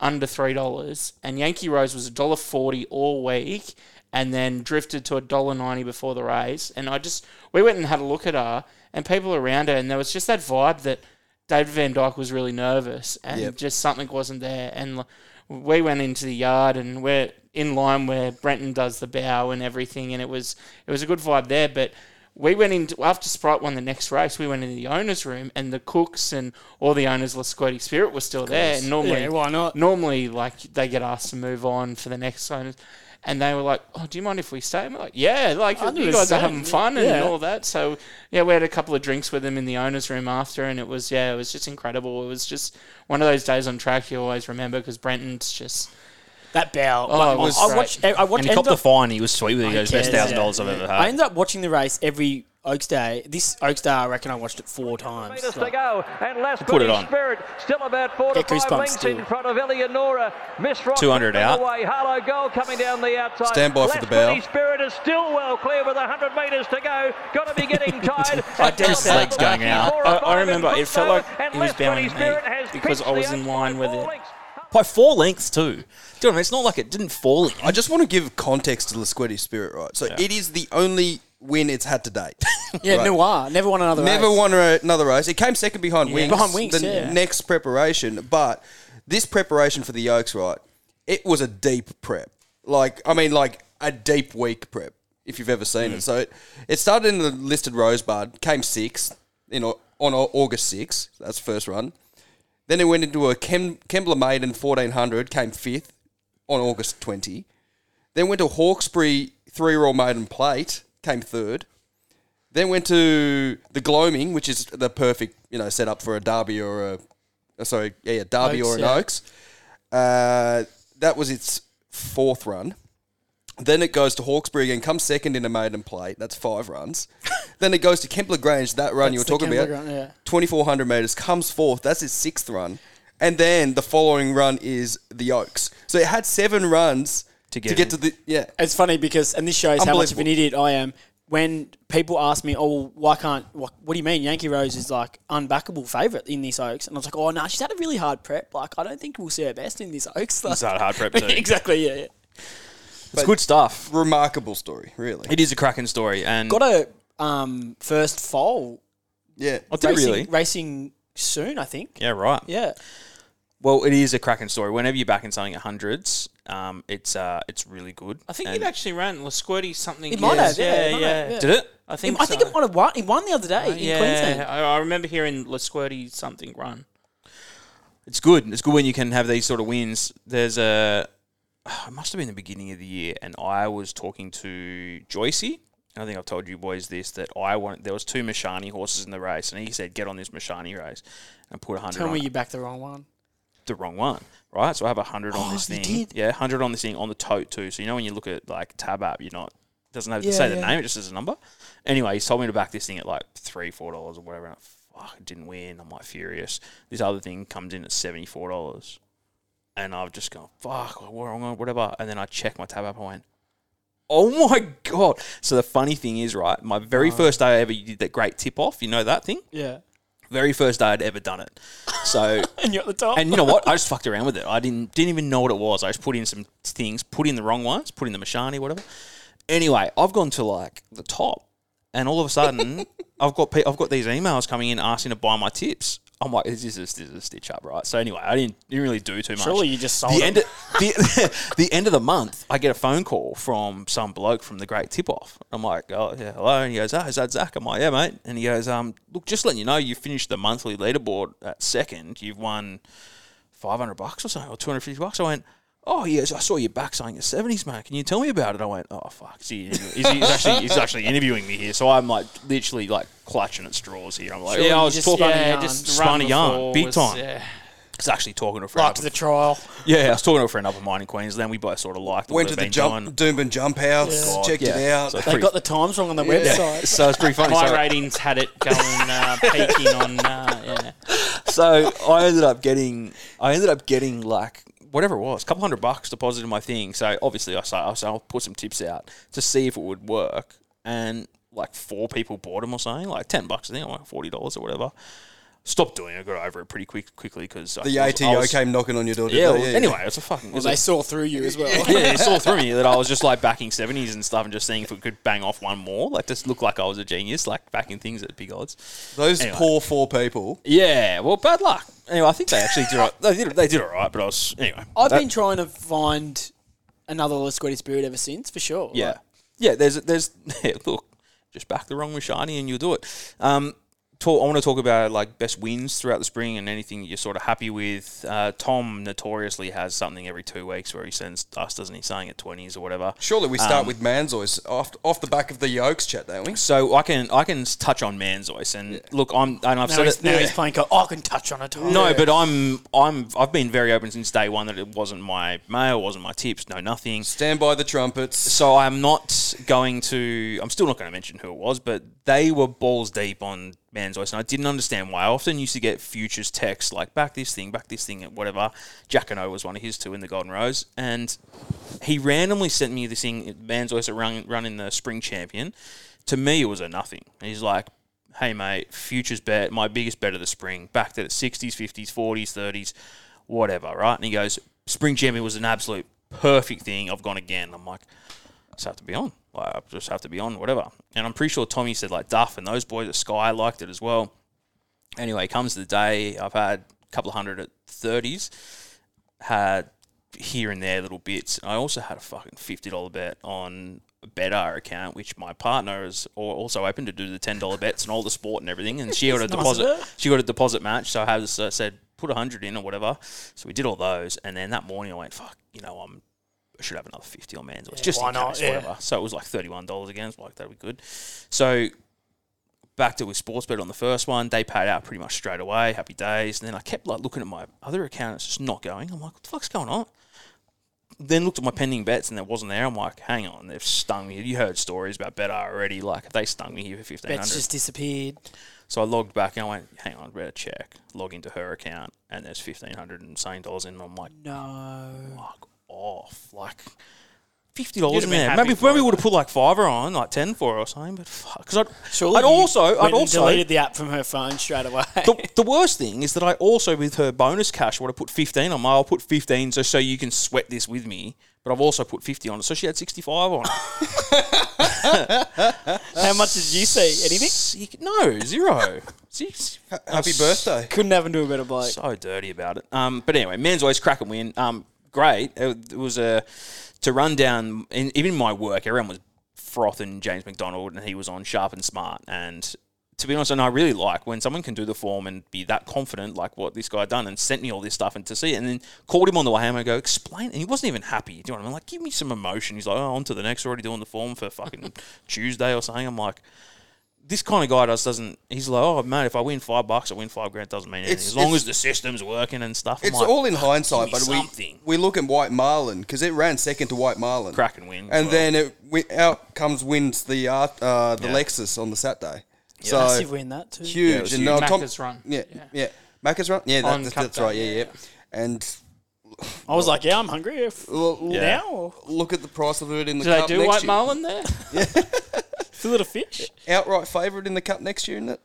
under three dollars, and Yankee Rose was a dollar forty all week, and then drifted to a dollar ninety before the race. And I just we went and had a look at her and people around her, and there was just that vibe that David Van Dyke was really nervous, and Yep. just something wasn't there. And l- we went into the yard, and we're in line where Brenton does the bow and everything, and it was it was a good vibe there, but we went into after Sprite won the next race. We went into the owners' room, and the cooks and all the owners, Lascotti Spirit, was still there. And normally, Yeah, why not? Normally, like they get asked to move on for the next owners, and they were like, "Oh, do you mind if we stay?" And we're like, "Yeah, like you guys are 100%, having fun and yeah. all that." So yeah, we had a couple of drinks with them in the owners' room after, and it was yeah, it was just incredible. It was just one of those days on track you always remember because Brenton's just That bow. Oh, it was I great. watched. e, I watched. And he copped ended the up- fine. He was sweet with it. He goes, best cares? thousand dollars I've ever I had. ended up watching the race every Oaks Day. This Oaks Day, I reckon I watched it four times. Meters to Like, go, and Last Put it on. Spirit still about four to Get goosebumps five lengths still. in front of Eleonora. Miss Rock 200 out. Away. Harlow Gold coming down the outside. Stand by for the Last bow. Spirit is still well clear with 100 metres to go. Got to be getting tired. I Just just legs about going out. four or I, I five in remember it front felt though, like and he was Last Pretty bowing me Spirit has because I pinched was the in line outside with four it. lengths. By four lengths, too. Do you know what I mean? It's not like it didn't fall in. I just want to give context to Lasquetti Spirit, right? So it is the only win it's had to date. yeah, Right. Noir never won another. Never race. won a, another race. It came second behind Wings. Behind Winks, the yeah. next preparation, but this preparation for the Yokes, right? It was a deep prep. Like I mean, like a deep week prep. If you've ever Mm. seen it, so it, it started in the listed Rosebud, came sixth in au- on au- August sixth. That's the first run. Then it went into a Kem, Kembla Maiden fourteen hundred, came fifth on August twenty. Then went to Hawkesbury three year old maiden plate, came third. Then went to the Gloaming, which is the perfect you know setup for a derby or a uh, sorry yeah, yeah derby Oaks, or an yeah. Oaks. Uh, that was its fourth run. Then it goes to Hawkesbury again, comes second in a maiden plate. That's five runs. then it goes to Kembla Grange, that run you were That's talking the Kembla about, Gran- yeah. 2400 metres, comes fourth. That's its sixth run. And then the following run is the Oaks. So it had seven runs to get to, get in. to the. Yeah. It's funny because, and this shows how much of an Unbelievable. idiot I am. When people ask me, "Oh, well, why can't? What, what do you mean? Yankee Rose is like unbackable favourite in this Oaks," and I was like, "Oh no, she's had a really hard prep. Like, I don't think we'll see her best in this Oaks." Like, It's not a hard prep, too. exactly. Yeah, yeah. It's good stuff. Remarkable story, really. It is a cracking story. And Got a um, first foal. Yeah. Did it racing, really? Racing soon, I think. yeah, right. Yeah. Well, it is a cracking story. Whenever you're backing something at hundreds, um, it's uh, it's really good. I think And- it actually ran Lasquerty something. It might have, else. yeah, it might yeah, have, yeah. did it. I think I think so. it won, a, won. He won the other Oh, day in yeah, Queensland. I, I remember hearing Lasquerty something run. It's good. It's good when you can have these sort of wins. There's a. It must have been the beginning of the year, and I was talking to Joycey. And I think I've told you boys this that I wanted. There was two Mashani horses in the race, and he said, "Get on this Mashani race and put a hundred Tell on me it." you backed the wrong one. the wrong one, right? So I have a hundred on this Oh, you thing. did? Yeah, hundred on this thing on the tote too. So you know when you look at like tab app, you're not doesn't have to Yeah, say the yeah. name, it just says a number. Anyway, he's told me to back this thing at like three, four dollars or whatever. And I, fuck, it didn't win. I'm like furious. This other thing comes in at seventy four dollars, and I've just gone fuck, what am I gonna- whatever. And then I check my tab app. I went. Oh my god! So the funny thing is, right? My very Uh-huh. first day I ever did that great tip off. You know that thing? Yeah. Very first day I'd ever done it. So And you're at the top. and you know what? I just fucked around with it. I didn't didn't even know what it was. I just put in some things, put in the wrong ones, put in the Mashani, whatever. Anyway, I've gone to like the top, and all of a sudden, I've got pe- I've got these emails coming in asking to buy my tips. I'm like, this is, this is a stitch up, right? So anyway, I didn't, didn't really do too much. Surely you just sold the it. end of, the, the end of the month, I get a phone call from some bloke from the Great Tip Off. I'm like, oh yeah, hello. And he goes, oh, is that Zach? I'm like, yeah, mate. And he goes, um, look, just letting you know, you finished the monthly leaderboard at second. You've won five hundred bucks or something, or two hundred fifty bucks. I went. Oh yes, I saw your back signing at seventies, mate. Can you tell me about it? I went, oh fuck, is he, is he he's actually he's actually interviewing me here? So I'm like literally like clutching at straws here. I'm like, Surely yeah, I you was just- talking, yeah, yarn. just Spun run a yarn, before big was- time. Yeah. I was actually talking to a friend. Right up to in- the trial. yeah, I was talking to a friend up of mine in Queensland. We both sort of liked what Went they've to the been jump, doing. doom and jump house, God, checked it yeah. out. So- They Pretty- got the times wrong on the website. So it's pretty funny. My So, ratings had it going uh, peaking on. Uh, yeah. so I ended up getting, I ended up getting like whatever it was, a couple hundred bucks deposited in my thing. So obviously I say, I say I'll put some tips out to see if it would work. And like four people bought them or something, like ten bucks. I think, like forty dollars or whatever. Stopped doing it. I got over it pretty quick, quickly because the ATO came knocking on your door. didn't Yeah. they? well, Anyway, it's a fucking. it was a- They saw through you as well. yeah, it saw through me that I was just like backing seventies and stuff, and just seeing if we could bang off one more. Like, just look like I was a genius, like backing things at big odds. Those Anyway. poor four people. Yeah, well, bad luck. Anyway, I think they actually did. All right. They did. They did all right, but I was anyway. I've that- been trying to find another Little Squirty Spirit ever since, for sure. Yeah, Like, yeah. There's there's yeah, look, just back the wrong with shiny and you'll do it. Um, talk, I want to talk about like best wins throughout the spring and anything you're sort of happy with. Uh, Tom notoriously has something every two weeks where he sends us, doesn't he, saying at twenties or whatever. Surely we Um, start with Manzois off, off the back of the Yokes chat, don't we? So I can I can touch on Manzois and look I'm and I've now, said he's, it now he's playing. Go, oh, I can touch on a time. no but I'm I'm I've been very open since day one that it wasn't my mail wasn't my tips no nothing Stand by the trumpets. so I'm not going to I'm still not going to mention who it was but they were balls deep on Manzois and I didn't understand why I often used to get futures texts like back this thing back this thing whatever Jack and O was one of his two in the Golden Rose and he randomly sent me this thing Manzois had run running the spring champion to me it was a nothing and he's like hey mate, futures bet, my biggest bet of the spring, backed it at 60s, 50s, 40s, 30s, whatever, right? And he goes, spring champion was an absolute perfect thing. I've gone again. I'm like, just have to be on. Like, I just have to be on, whatever. And I'm pretty sure Tommy said, like, Duff and those boys at Sky liked it as well. Anyway, comes the day, I've had a couple of hundred at 30s, had here and there little bits. I also had a fucking $50 bet on a Betar account, which my partner is al- also open to do the $10 bets and all the sport and everything. And she got a That's nice deposit. of her. She got a deposit match, so I had so I said put a hundred in or whatever. So we did all those, and then that morning I went, "Fuck, you know, I'm I should have another fifty on Mansell's just why in not? case, Yeah. whatever." So it was like thirty one dollars again. It's like that'd be good. So back to with Sportsbet on the first one. They paid out pretty much straight away. Happy days. And then I kept like looking at my other account. and It's just not going. I'm like, what the fuck's going on? Then looked at my pending bets and it wasn't there. I'm like, hang on, they've stung me. You heard stories about Better already. Like, if they stung me here for fifteen Bet's hundred, just disappeared. so I logged back and I went, hang on, better check. Log into her account and there's fifteen hundred and something dollars in. And I'm like, No. fuck off, like fifty dollars You'd in have been there. happy Maybe for maybe it, would have put like fiver on, like ten for it or something. But fuck, because I'd, Surely I'd you also, I'd went and also deleted the app from her phone straight away. the, the worst thing is that I also, with her bonus cash, would have put 15 on my. I'll put 15 so, so you can sweat this with me. But I've also put 50 on it. So she had 65 on it. How much did you see? Anything? Sick. No, zero. Six. Happy birthday. Couldn't happen to a better bloke. So dirty about it. Um, but anyway, man's always crack and win. Um, great. It, it was a to run down. In, even in my work, everyone was frothing James McDonald, and he was on sharp and smart. And to be honest, and I really like when someone can do the form and be that confident, like what this guy done, and sent me all this stuff, and to see it, and then called him on the way home and go explain. And he wasn't even happy. Do you know what I mean? Like, give me some emotion. He's like, oh, on to the next. Already doing the form for fucking Tuesday or something. I'm like. This kind of guy just doesn't. He's like, oh man, if I win five bucks, I win five grand. Doesn't mean anything. It's- as long it's- as the system's working and stuff. I'm It's like, all in me hindsight, but we something. we look at White Marlin because it ran second to White Marlin. Crack and win as and well. then it we, out comes wins the uh, uh, the Yeah. Lexus on the Saturday. Massive So win that too. huge, Yeah, it was and huge. no, Tom, Macca's run. Yeah, Yeah. yeah, Macca's run. Yeah, On that, that's, Cup that's right. Day, Yeah, yeah, And I was like, yeah, I'm hungry. If, l- l- Yeah. Now or look at the price of it in the Do they cup do next white year. marlin there? fillet of fish? Outright favourite in the cup next year, isn't it?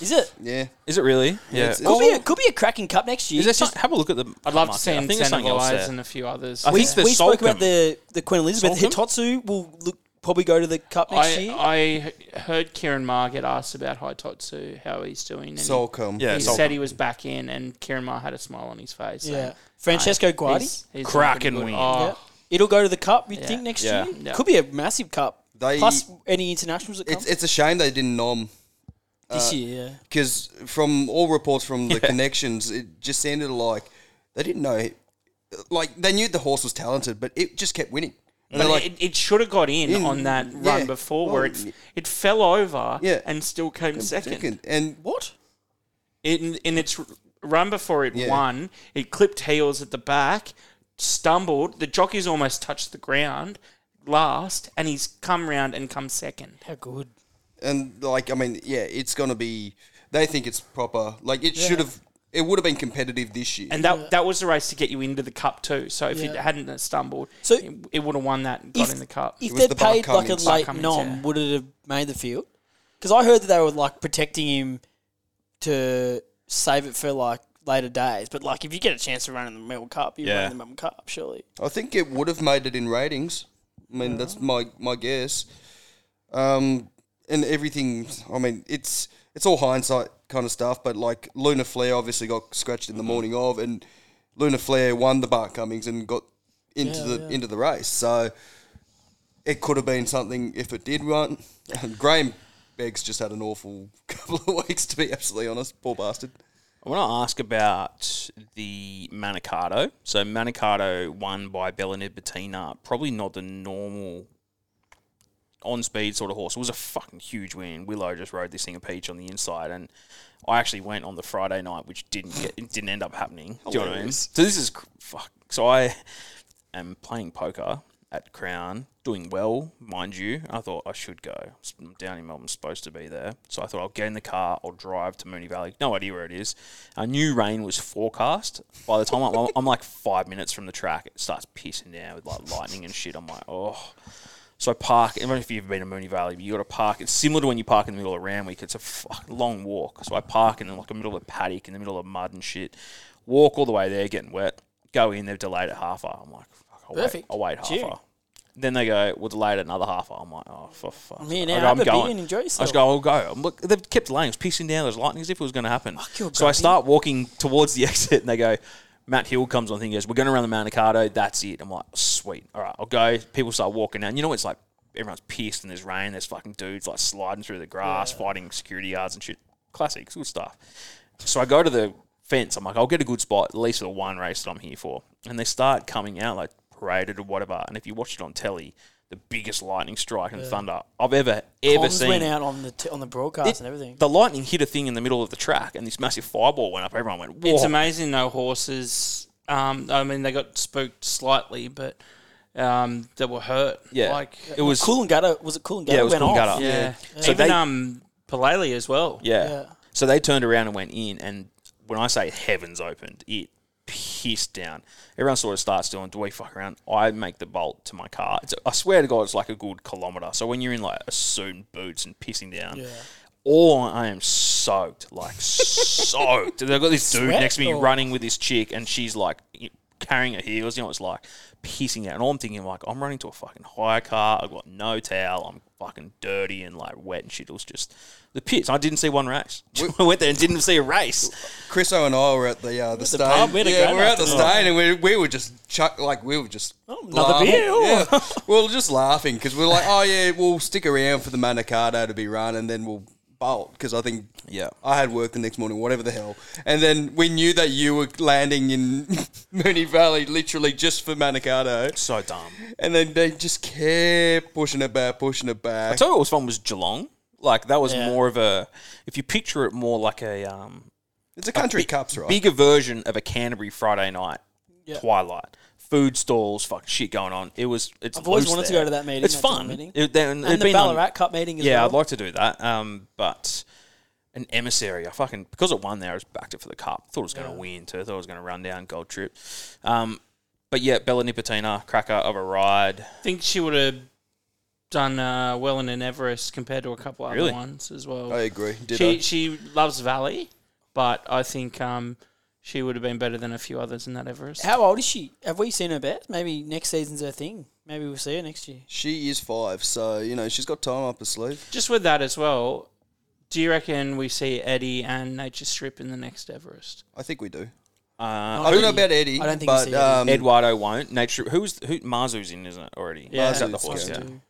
Is it? Yeah. Is it really? Yeah. Oh, Could it's- be a, could be a cracking cup next year. is there Just- some, have a look at the. I'd love to see I him think there's something else incentivize there. and a few others. I we think there's we spoke about Solcombe. the the Queen Elizabeth Solcombe? Hitotsu will look probably go to the cup next year? I, I heard Kieran Maher get asked about High Totsu, how he's doing. And Soul come. he, Yeah. he Sol- said he was back in, and Kieran Maher had a smile on his face. Yeah. So, Francesco mate, Guardi? he's- he's doing Cracking pretty good. wing. Oh, Yeah. It'll go to the cup, you Yeah. think, next Yeah. year? Yeah. Could be a massive cup. They- Plus any internationals that come Uh, It's it's a shame they didn't nom this year. Yeah. because from all reports from the connections, it just sounded like they didn't know. Like they knew the horse was talented, but it just kept winning. And But they're like, it, it should have got in, In- on that yeah. run before where it, Well, f- it fell over Yeah. and still came second. second. And What? In, in its r- run before it Yeah. won, it clipped heels at the back, stumbled. The jockey's almost touched the ground last, and he's come round and come second. How good. and like I mean, yeah, it's gonna be. They think it's proper. Like it should have. It would have been competitive this year. And that that was the race to get you into the cup too. So if it Yeah. hadn't stumbled, So- it, it would have won that and got in the cup. If was they'd the paid like a Barcummins. late Barcummins, nom, yeah. would it have made the field? Because I heard that they were like protecting him to save it for like later days. But like, if you get a chance to run in the Melbourne Cup, you Yeah. run in the Melbourne Cup, surely. I think it would have made it in ratings. I mean, that's my my guess. Um, and everything. I mean, it's it's all hindsight kind of stuff. But like Luna Flair obviously got scratched in the Mm-hmm. morning of, and Luna Flair won the Bart Cummings and got into Yeah, the yeah. into the race. So it could have been something if it did run. And Graham Beggs just had an awful couple of weeks, to be absolutely honest. Poor bastard. I want to ask about the Manicato. So Manicato won by Belinid Bettina. Probably not the normal on speed sort of horse. It was a fucking huge win. Willow just rode this thing a peach on the inside and I actually went on the Friday night, which didn't get it didn't end up happening. Do you know what I mean? Hilarious. So this is cr- fuck. So I am playing poker at Crown, doing well, mind you. I thought I should go. I'm down in Melbourne, supposed to be there. So I thought I'll get in the car, I'll drive to Mooney Valley. No idea where it is. I knew rain was forecast. By the time I'm, I'm like five minutes from the track, it starts pissing down with like lightning and shit. I'm like, oh. So I park. I don't know if you've ever been to Mooney Valley, but you got to park. It's similar to when you park in the middle of Randwick. It's a fuck long walk. So I park in like the middle of a paddock, in the middle of mud and shit. Walk all the way there, getting wet. Go in. They've delayed it half hour. I'm like, fuck, I'll Perfect. wait. I'll wait half Cheer. hour. Then they go, we'll delay it another half hour. I'm like, oh, for fuck. I'm here now. Have a beer and enjoy I yourself. just go, I'll go. I'm, look, they've kept delaying. It's pissing down. There's lightning as if it was going to happen. you're So I grumpy. start walking towards the exit, and they go, Matt Hill comes on. thing goes, we're going to run the Manicato. That's it. I'm like, sweet. All right, I'll go. People start walking out. And you know, it's like everyone's pissed, and there's rain. There's fucking dudes like sliding through the grass, fighting security guards and shit. Classic, good stuff. So I go to the fence. I'm like, I'll get a good spot, at least for the one race that I'm here for. And they start coming out like paraded or whatever. And if you watch it on telly, the biggest lightning strike and thunder I've ever ever Bombs seen. went out on the t- on the broadcast and everything. The lightning hit a thing in the middle of the track, and this massive fireball went up. Everyone went, "Whoa!" It's amazing though horses. Um, I mean they got spooked slightly, but um, they were hurt. Yeah, like it was Cool and gutter was it? Cool and gutter Yeah, it was went Cool and off. Gutter. yeah. So Even they- um, Pilele as well. Yeah. Yeah. So they turned around and went in, and when I say heavens opened, it pissed down. Everyone sort of starts doing, do we fuck around? I make the bolt to my car. It's, I swear to God, it's like a good kilometre. So when you're in like a suit and boots and pissing down, all I am soaked, like soaked. They've got this dude Sweat next to me or- running with this chick, and she's like y- carrying her heels. You know, it's like pissing out. And all I'm thinking, like, I'm running to a fucking hire car. I've got no towel. I'm fucking dirty and like wet and shit. It was just the pits. I didn't see one race. I went there and didn't see a race. Chris O and I were at the uh, the stain. pub, we had a yeah, grand we were at the afternoon. stain, and we, we were just chuck like we were just another laughing. beer, ooh. Yeah, we were just laughing because we are like, oh yeah, we'll stick around for the Manicato to be run, and then we'll bolt because I think Yeah. I had work the next morning, whatever the hell, and then we knew that you were landing in Mooney Valley literally just for Manicato, So dumb. and then they just kept pushing it back, pushing it I back. tell you what was fun was Geelong. Like that was Yeah. more of a, if you picture it more like a um, It's a country big- cups, right? Bigger version of a Canterbury Friday night Yeah. twilight. Food stalls, fucking shit going on. It was. It's I've always loose wanted to there. go to that meeting, It's that fun. Geelong meeting. It- there- it'd And the been on- Ballarat Cup meeting as yeah, well. I'd like to do that. Um, but an emissary, I fucking because it won there, I was backed it for the cup. Thought it was going to win too. Thought it was going to run down Gold Trip. Um, but yeah, Bella Nipotina, cracker of a ride. I think she would have done uh, well in an Everest compared to a couple other Really? ones as well. Oh, I agree. Did she she loves Valley, but I think um, she would have been better than a few others in that Everest. How old is she? Have we seen her bet? Maybe next season's her thing. Maybe we'll see her next year. She is five, so you know she's got time up her sleeve. Just with that as well, do you reckon we see Eddie and Nature Strip in the next Everest? I think we do. Uh, I don't know about Eddie. I don't think but, you see Eddie. um, Eduardo won't. Nature. Who's who? Marzu's in, isn't it already? Yeah. Is that the Marzu's horse? good. Yeah. Do-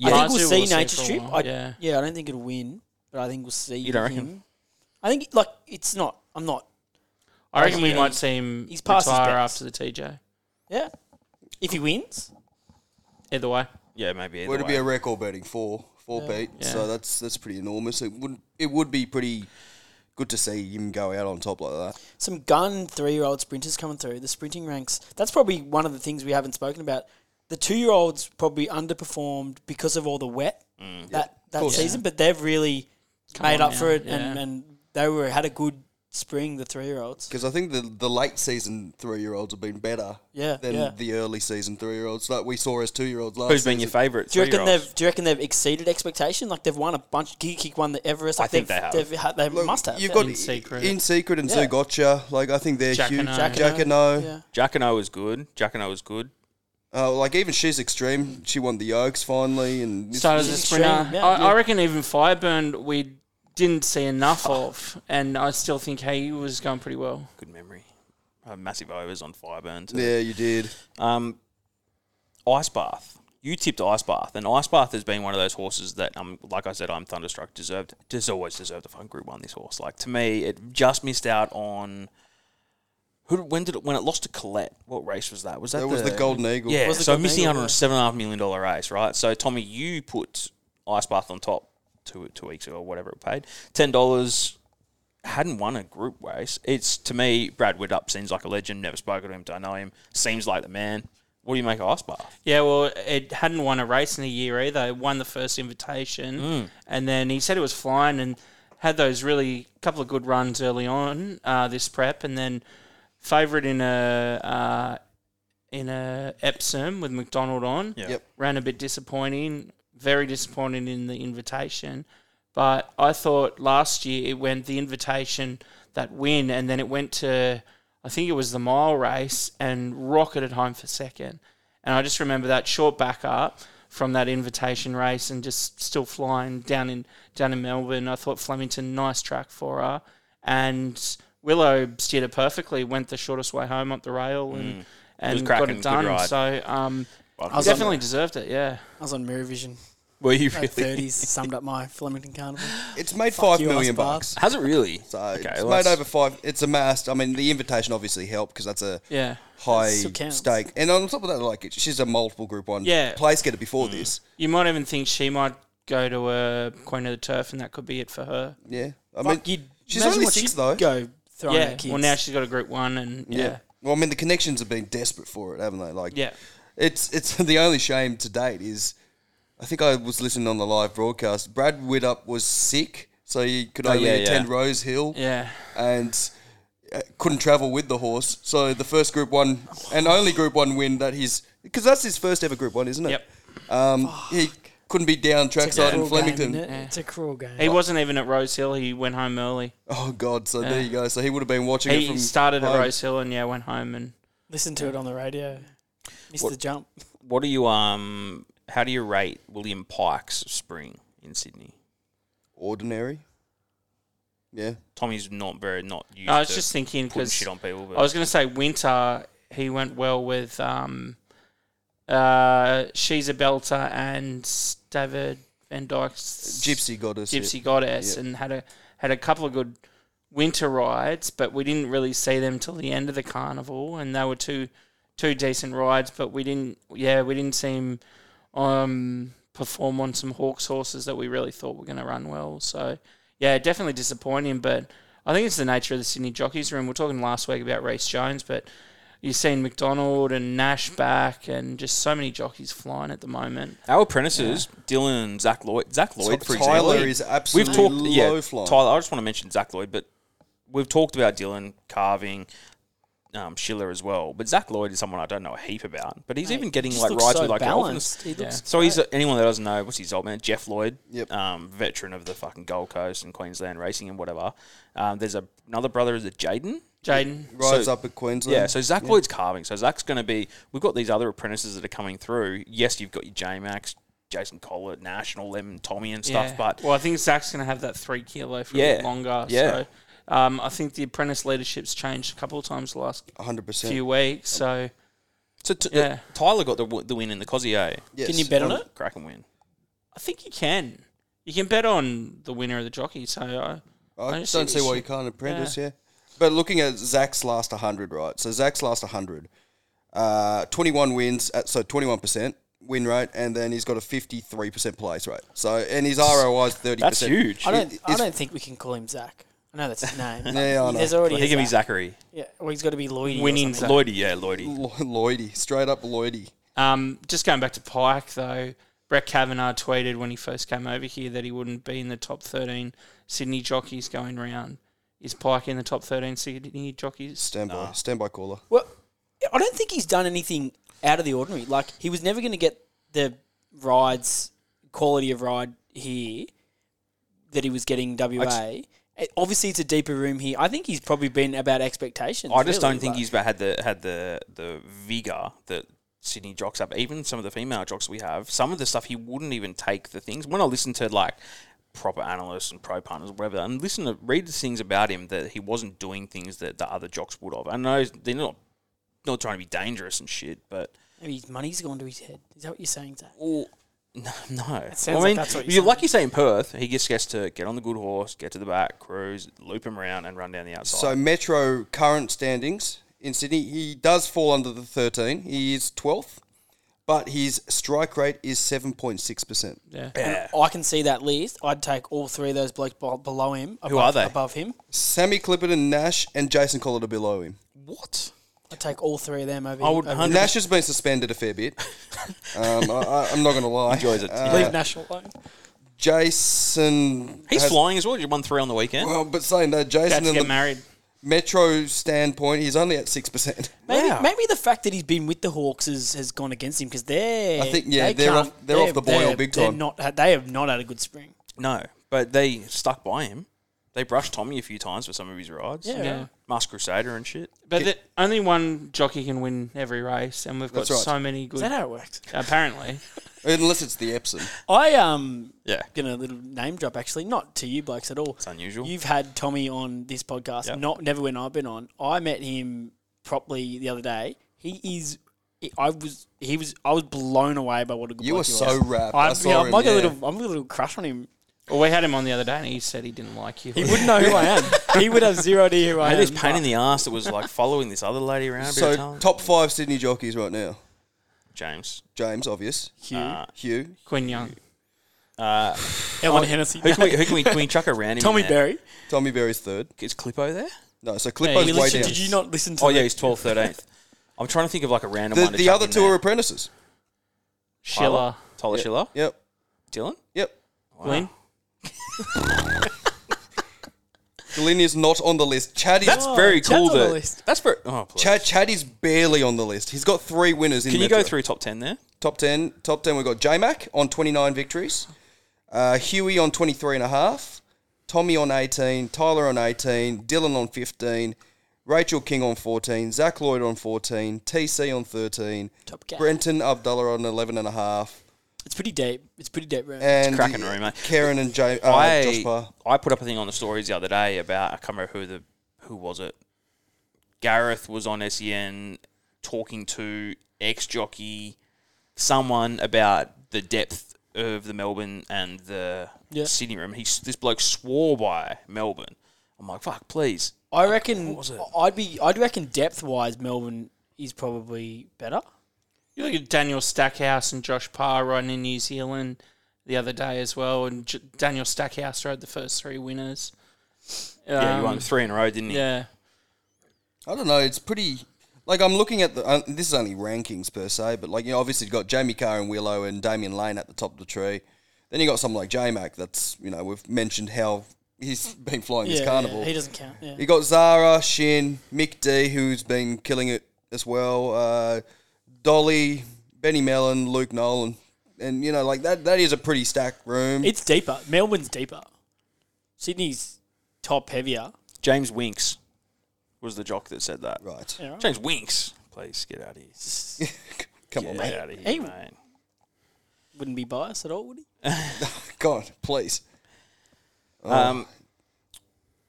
Yeah. I think Marzu we'll see we'll see Nature for a Strip. while, I, yeah. yeah. I don't think it'll win, but I think we'll see. You don't reckon? him. I think like it's not. I'm not. I reckon we yeah. might see him He's past his retire best. after the TJ. Yeah. If he wins, Either way, Yeah, maybe. either Well, it'd way. be a record betting four, four Pete. Yeah. So that's that's pretty enormous. It would it would be pretty good to see him go out on top like that. some gun three-year-old sprinters coming through the sprinting ranks. That's probably one of the things we haven't spoken about. The two-year-olds probably underperformed because of all the wet Mm. that that course. season, but they've really made on up now, for it, and, yeah. and they were had a good spring. The three-year-olds. Because I think the the late season three year olds have been better Yeah, than yeah. the early season three year olds that we saw as two year olds last. Who's been your season. favourite? Do you reckon three-year-olds? they've? Do you reckon they've exceeded expectation? Like they've won a bunch. Geek Kick won the Everest. I Like think they've, they have. They've had, they Look, must have. You've yeah. got In Secret. in secret and Yeah. Zoo Gotcha. Like I think they're Jack huge. and O. Jack Jack and O. Yeah. Jackano was good. Jackano was good. Uh, like even she's extreme. She won the Yokes finally, and this- started as is a extreme, sprinter. yeah. I, I Yeah. reckon even Fireburn we didn't see enough of, and I still think he was going pretty well. Good memory. Uh, massive overs on Fireburn. Too. yeah, you did. Um, Ice Bath. You tipped Ice Bath, and Ice Bath has been one of those horses that, um, like I said, I'm thunderstruck. Deserved, just always deserved a fun group one. This horse, like to me, it just missed out on. Who? When did it? When it lost to Colette? What race was that? Was that That was the Golden Eagle. Yeah, Was the so Golden missing Eagle, out on yeah. a seven and a half million dollar race, right? So Tommy, you put Ice Bath on top two two weeks ago, or whatever it paid, ten dollars. Hadn't won a group race. It's to me, Brad Widup seems like a legend. Never spoken to him, don't know him. Seems like the man. What do you make of Ice Bath? Yeah, well, it hadn't won a race in a year either. It won the first invitation, and then he said it was flying and had those really couple of good runs early on uh, this prep, and then favourite in a uh, in a Epsom with McDonald on. Yep. ran a bit disappointing, very disappointed in the invitation. But I thought last year it went the invitation that win, and then it went to I think it was the mile race and rocketed home for second. And I just remember that short back up from that invitation race and just still flying down in down in Melbourne. I thought Flemington nice track for her, and Willow steered it perfectly. Went the shortest way home up the rail and and Mm. got cracking, it good done. ride. So um, was on definitely deserved it. Yeah. I was on Mirror Vision. Were you Late really? thirties summed up my Flemington Carnival. It's made Fuck five you, million Ice Bath. bucks. Has it really? So it's well, made that's- over five. It's amassed. I mean, the invitation obviously helped because that's a Yeah. high Still counts. stake. And on top of that, like she's a multiple Group One Yeah. place getter before Hmm. this. You might even think she might go to a Queen of the Turf and that could be it for her. Yeah, I Like mean, you'd she's imagine only what six she'd though. Go throwing yeah. at kids. Well, now she's got a group one and yeah. Yeah. Well, I mean, the connections have been desperate for it, haven't they? Like, Yeah. It's it's the only shame to date is, I think I was listening on the live broadcast. Brad Widup was sick, so he could only Oh, yeah, attend yeah. Rose Hill. Yeah. and uh, couldn't travel with the horse. So the first Group One and only Group One win that he's because that's his first ever Group One, isn't it? Yep. Um, he couldn't be down It's a trackside in cruel game, Flemington. isn't it? It's a cruel game. He wasn't even at Rose Hill. He went home early. oh God! So there you go. So he would have been watching it He from started at home. Rose Hill and yeah, went home and Listen to it on the radio. Missed the jump. What do you um? How do you rate William Pike's spring in Sydney? Ordinary. Yeah. Tommy's not very not used. I was to just thinking putting because shit on people. But I was going to say winter. He went well with um, uh, she's a belter and David Van Dyke's Gypsy goddess. yeah. Gypsy Goddess and had a had a couple of good winter rides, but we didn't really see them till the end of the carnival, and they were two two decent rides, but we didn't yeah we didn't see him um, perform on some Hawks horses that we really thought were going to run well. So yeah, definitely disappointing, but I think it's the nature of the Sydney Jockeys Room. We are talking last week about Reece Jones, but. You've seen McDonald and Nash back, and just so many jockeys flying at the moment. Our apprentices, Dylan, Zach Lloyd, Zach Lloyd, for Tyler example. is absolutely low flying. Tyler, I just want to mention Zach Lloyd, but we've talked about Dylan carving. Um, Schiller as well, but Zach Lloyd is someone I don't know a heap about. But he's even getting just like looks rides so with like balanced. Dolphins. He looks So he's anyone that doesn't know what's his old man Jeff Lloyd, Yep. um, veteran of the fucking Gold Coast and Queensland racing and whatever. Um, there's a, another brother is a Jaden Jaden. Rides So- up at Queensland. Yeah, so Zach Lloyd's carving. So Zach's going to be. We've got these other apprentices that are coming through. Yes, you've got your J Max, Jason Collett, National, Lemon, Tommy, and stuff. Yeah. But well, I think Zach's going to have that three kilo for a Yeah. bit longer. Yeah. So um, I think the apprentice leadership's changed a couple of times the last 100%. few weeks. So so t- Yeah. Tyler got the, w- the win in the Cossier. Yes. Can you bet on it? Cracking win. I think you can. You can bet on the winner of the jockey. So I, I just don't think see you why should- you can't apprentice, yeah. But looking at Zach's last 100, right? So Zach's last 100, uh, 21 wins, at, so 21% win rate, and then he's got a 53% place rate. So, and his ROI is 30%. That's huge. I don't. It- I it's- don't think we can call him Zach. I know that's his name. but Yeah, I know. There's already. Well, a he can be Zach. Zachary. Yeah, well, he's got to be Lloyd. Winning Zach. Lloydie, yeah, Lloydie. Lo- Lloydie, straight up Lloydie. um, just going back to Pike though, Brett Kavanaugh tweeted when he first came over here that he wouldn't be in the top 13 Sydney jockeys going round. Is Pike in the top 13 Sydney jockeys? Stand by, stand by caller. Well, I don't think he's done anything out of the ordinary. Like he was never going to get the rides quality of ride here that he was getting WA. Eh, Obviously, it's a deeper room here. I think he's probably been about expectations. I just really, don't think like- he's ba- had the had the the vigor that Sydney jocks have. Even some of the female jocks we have, some of the stuff he wouldn't even take the things. When I listen to like proper analysts and pro partners, whatever, and listen to read the things about him that he wasn't doing things that the other jocks would have. I know they're not not trying to be dangerous and shit, but Maybe his money's gone to his head. Is that what you're saying, Zach? Well, no, no. sounds I like mean, that's what you're you're saying. like you say in Perth, he just gets to get on the good horse, get to the back, cruise, loop him around, and run down the outside. So Metro current standings in Sydney, he does fall under the 13. He is 12th, but his strike rate is 7.6%. Yeah. I can see that list. I'd take all three of those blokes be- below him. Above, are they? Above him. Sammy Clipperton, Nash, and Jason Collard are below him. what? I'd take all three of them over. I would over- 100 Nash has been suspended a fair bit. um, I, I, I'm not going to lie. Enjoys it. Uh, leave Nash alone. Jason. He's has- flying as well. You won three on the weekend. Well, but saying that, About Jason to in get the married. Metro standpoint, he's only at 6%. Maybe, Wow. maybe the fact that he's been with the Hawks has, has gone against him because they're. I think, yeah, they they're can't- off- they're off the boil they're- big they're time. Not, had- they have not had a good spring. No, but they stuck by him. They brushed Tommy a few times for some of his rides. Yeah. Yeah. Mask Crusader and shit. But the, only one jockey can win every race, and we've got That's right. so many Is good. that how it works? apparently, Unless it's the Epsom. I um Yeah. gonna little name drop actually, not to you blokes at all. It's unusual. You've had Tommy on this podcast, Yep. not never when I've been on. I met him properly the other day. He is. I was. He was. I was blown away by what a good. You bloke he were so was. wrapped. I I'm, saw yeah, I'm him, like yeah. a little. I'm a little crush on him. well, we had him on the other day, and he said he didn't like you. He wouldn't know who I am. he would have zero idea who I I had am. this pain in the ass that was like following this other lady around. So So, top five Sydney jockeys right now. James. James, obvious. Hugh. Uh, Hugh. Quinn Young. Ellen Hennessy. oh, Who can we, who can we, can we chuck around him? Tommy in there? Berry. Tommy Berry's third. Is Clippo there? No, so Hey, Clipper's we way Listen, down. did you not listen to? Oh, the- yeah, he's 12th, 13th. I'm trying to think of like a random The, one. to the chuck other in two there. are apprentices. Schiller. Tyler Schiller. Yep. Dylan. Yep. Quinn. Glyn is not on the list. Chad is That's very Chad's cool. on the That, list. That's very. Oh, please. Chad, Chad is barely on the list. He's got three winners in Can you Metro. go through top ten there? Top 10. Top 10, we've got J Mac on 29 victories, uh, Huey on 23 and a half, Tommy on 18, Tyler on 18, Dylan on 15, Rachel King on 14, Zach Lloyd on 14, TC on 13, Top cat. Brenton Abdullah on 11 and a half, It's pretty deep. It's pretty deep, room. and cracking room, eh? Karen and J- uh, Josh I Barr. I put up a thing on the stories the other day about I can't remember who the who was it. Gareth was on SEN talking to ex jockey someone about the depth of the Melbourne and the Yeah. Sydney room. He s- this bloke swore by Melbourne. I'm like fuck, please. I reckon Uh, was it? I'd be I'd reckon depth wise Melbourne is probably better. You look at Daniel Stackhouse and Josh Parr riding in New Zealand the other day as well, and J- Daniel Stackhouse rode the first three winners. Yeah, Um, you won three in a row, didn't you? Yeah, I don't know. It's pretty. Like I'm looking at the. Uh, this is only rankings per se, but like you know, obviously you've got Jamie Carr and Willow and Damien Lane at the top of the tree. Then you got someone like J Mac. That's you know we've mentioned how he's been flying this carnival. he doesn't count. Yeah. you got Zara, Shin, Mick D, who's been killing it as well. Uh, Dolly, Benny Mellon, Luke Nolan, and you know like that. That is a pretty stacked room. It's deeper. Melbourne's deeper. Sydney's top heavier. James Winks. was the jock that said that. Right. Yeah, right. James Winks, please get out of here. Come on, Get mate. out of here, Hey. mate. Wouldn't be biased at all, would he? God, please. Um,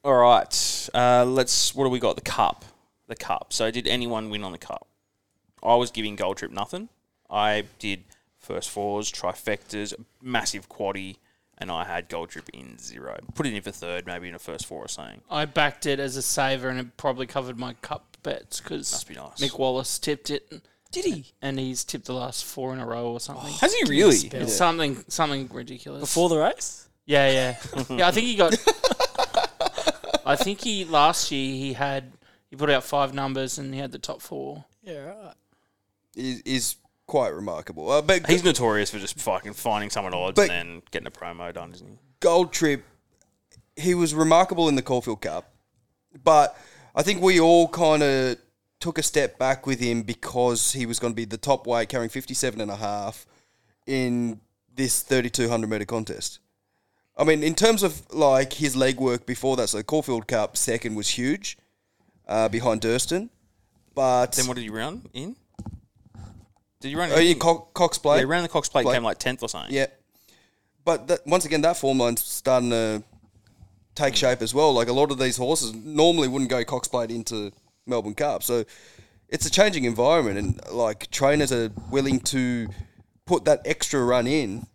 all right. Uh, let's. What do we got? The cup. The cup. So, did anyone win on the cup? I was giving Gold Trip nothing. I did first fours, trifectas, massive quaddy, and I had Gold Trip in zero. Put it in for third, maybe in a first four or something. I backed it as a saver, and it probably covered my cup bets because Must be nice. Mick Wallace tipped it, Did he? and he's tipped the last four in a row or something. Has he really? spell. It's something something ridiculous. Before the race? yeah, yeah, yeah. I think he got. I think he last year he had he put out five numbers and he had the top four. Yeah, right. Is, is quite remarkable. Uh, but He's notorious for just fucking finding someone odds But- and then getting a promo done, isn't he? Gold Trip, he was remarkable in the Caulfield Cup, but I think we all kind of took a step back with him because he was going to be the top weight, carrying 57 and a half in this 3,200 metre contest. I mean, in terms of like his legwork before that, so the Caulfield Cup second was huge uh, behind Durston, but Then what did you run in? Did you run? oh, yeah, Co- Cox yeah, Blade. around the Cox Plate Plate. came like tenth or something. Yeah. But that, once again, that form line's starting to take shape as well. Like a lot of these horses normally wouldn't go coxplate into Melbourne Cup. So it's a changing environment, and like trainers are willing to put that extra run in.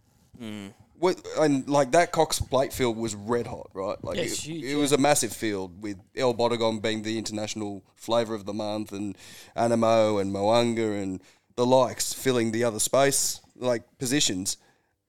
Mm. With, and like that Cox Plate field was red hot, right? Like Yeah, it, it's huge, it yeah. was a massive field with El Bodegon being the international flavour of the month, and Animo and Moanga and the likes filling the other space like positions.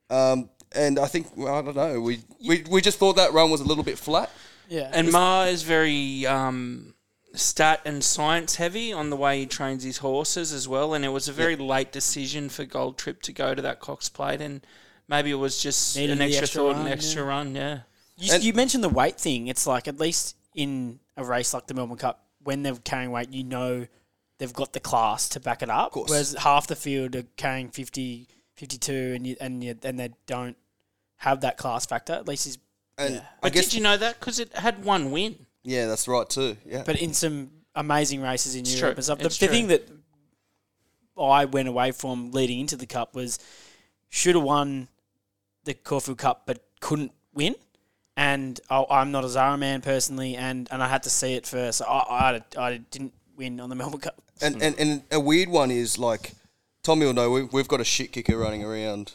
Um, and I think well, I don't know. We, we we just thought that run was a little bit flat. Yeah. And Ma is very um, stat and science heavy on the way he trains his horses as well. And it was a very late decision for Gold Trip to go to that Cox Plate, and maybe it was just Needed an the extra, extra thought, an run, extra run. Yeah, You, you mentioned the weight thing. It's like at least in a race like the Melbourne Cup, when they're carrying weight, you know they've got the class to back it up. course. Whereas half the field are carrying 50, 52 and you, and you, and they don't have that class factor. At least is And I but guess did you know that because it had one win? yeah, that's right too. Yeah, but in some amazing races in It's Europe true. and stuff. The, It's the true. thing that I went away from leading into the cup was should have won the Corfu Cup but couldn't win. And I, I'm not a Zara man personally, and, and I had to see it first. I, I, I didn't win on the Melbourne Cup. and, and and a weird one is like Tommy will know we, we've got a shit kicker running around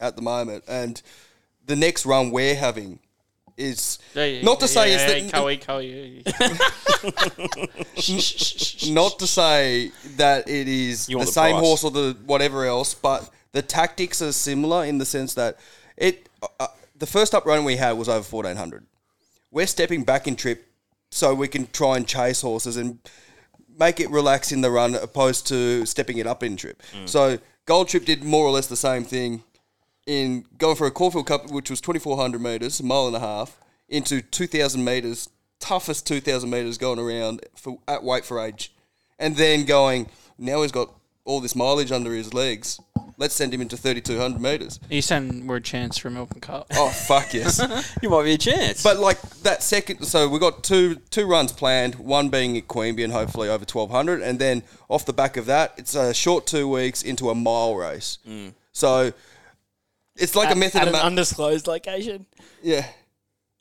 at the moment, and the next run we're having is not to say it's the, Coe, Coe. not to say that it is You the want the same price. horse or the whatever else, but the tactics are similar in the sense that it uh, uh, the first up run we had was over fourteen hundred. We're stepping back in trip so we can try and chase horses and make it relax in the run opposed to stepping it up in trip. Mm. So Gold Trip did more or less the same thing in going for a Caulfield Cup, which was 2,400 metres, mile and a half, into 2,000 metres, toughest 2,000 metres going around for, at weight for age. And then going, now he's got all this mileage under his legs. Let's send him into 3,200 metres. you saying we're a chance for a Melbourne Cup? Oh, fuck yes. You might be a chance. But like that second, so we got two two runs planned. One being at Queanbeyan, hopefully over twelve hundred, and then off the back of that, it's a short two weeks into a mile race. Mm. So it's like a method at of an ma- undisclosed location. yeah.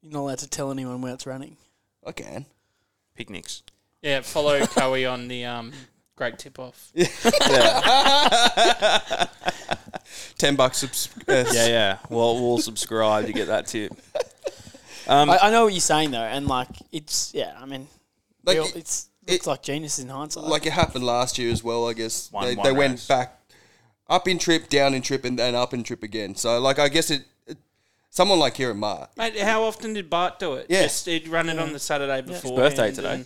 You're not allowed to tell anyone where it's running. I can. picnics. Yeah, follow Coe on the um, great tip off. Ten bucks. Subs- uh, Yeah, yeah. Well, we'll subscribe to get that tip. Um, I, I know what you're saying though, and like it's yeah. I mean, Like, we all- it's looks it- like genius in hindsight. like it happened last year as well. I guess One- they, one they went race. back up in trip, down in trip, and then up in trip again. So like I guess it, it someone like Kieran Mart. Mate, how often did Bart do it? Yeah. Just he'd run it on the Saturday before. birthday today.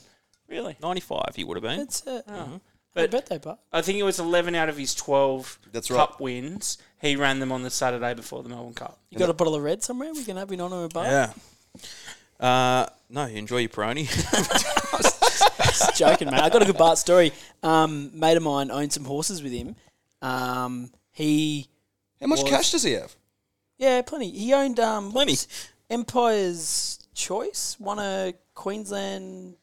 Really? Ninety-five, he would have been. it's uh, But- birthday part. I think it was 11 out of his 12 That's cup right. wins. He ran them on the Saturday before the Melbourne Cup. You got a bottle of red somewhere? We can have in honour of Bart. Yeah. Uh, no, enjoy your brownie. Just joking, mate. I got a good Bart story. Um, mate of mine owned some horses with him. Um, he How much Was- cash does he have? yeah, plenty. He owned um Plenty. Empire's Choice, won a Queensland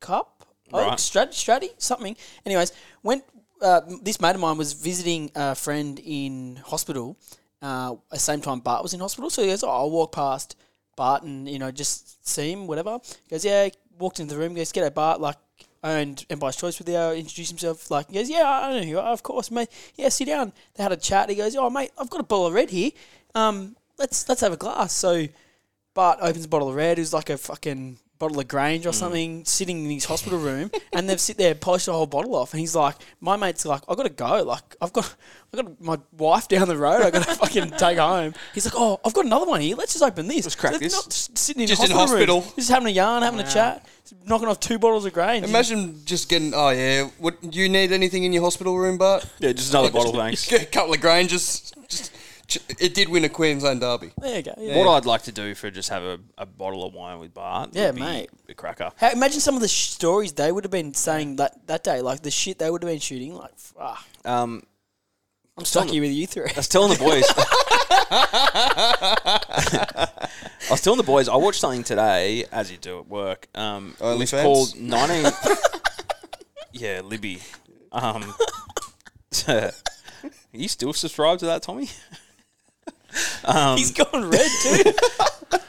Cup, Oak, Right. Strat, Stratty, something. Anyways, went. Uh, this mate of mine was visiting a friend in hospital. Uh, at the same time Bart was in hospital, so he goes, "Oh, I'll walk past Bart and you know just see him, whatever." He goes, "Yeah." Walked into the room, goes, "G'day, Bart." Like owned Empire's Choice with you, introduced himself. Like he goes, "Yeah, I know who you are, of course, mate. Yeah, sit down." They had a chat. He goes, "Oh, mate, I've got a bottle of red here. Um, let's let's have a glass." So Bart opens a bottle of red, who's like a fucking bottle of Mm. Grange or something, sitting in his hospital room, and they've sit there polished the whole bottle off. And he's like, my mate's like, I gotta go. Like, I've got, I got my wife down the road. I gotta fucking take home. He's like, oh, I've got another one here. Let's just open this. Let's crack They're this. Not just sitting in Just in hospital room. hospital. just having a yarn, having a chat, knocking off two bottles of Grange. Imagine just getting. Oh yeah. What do you need anything in your hospital room, Bart? Yeah, just another bottle, thanks. Get a couple of Grangers. Just, it did win a Queensland derby. there you go. Yeah. What I'd like to do for just have a, a bottle of wine with Bart. would Yeah, be mate. A cracker. How, imagine some of the sh- stories they would have been saying that, that day, like the shit they would have been shooting. Like, fuck, Um, I'm stuck here with you three. I was telling the boys. I was telling the boys. I watched something today, as you do at work. Um, it was OnlyFans? called nineteen. yeah, Libby. Um, are you still subscribed to that, Tommy? um, He's gone red too.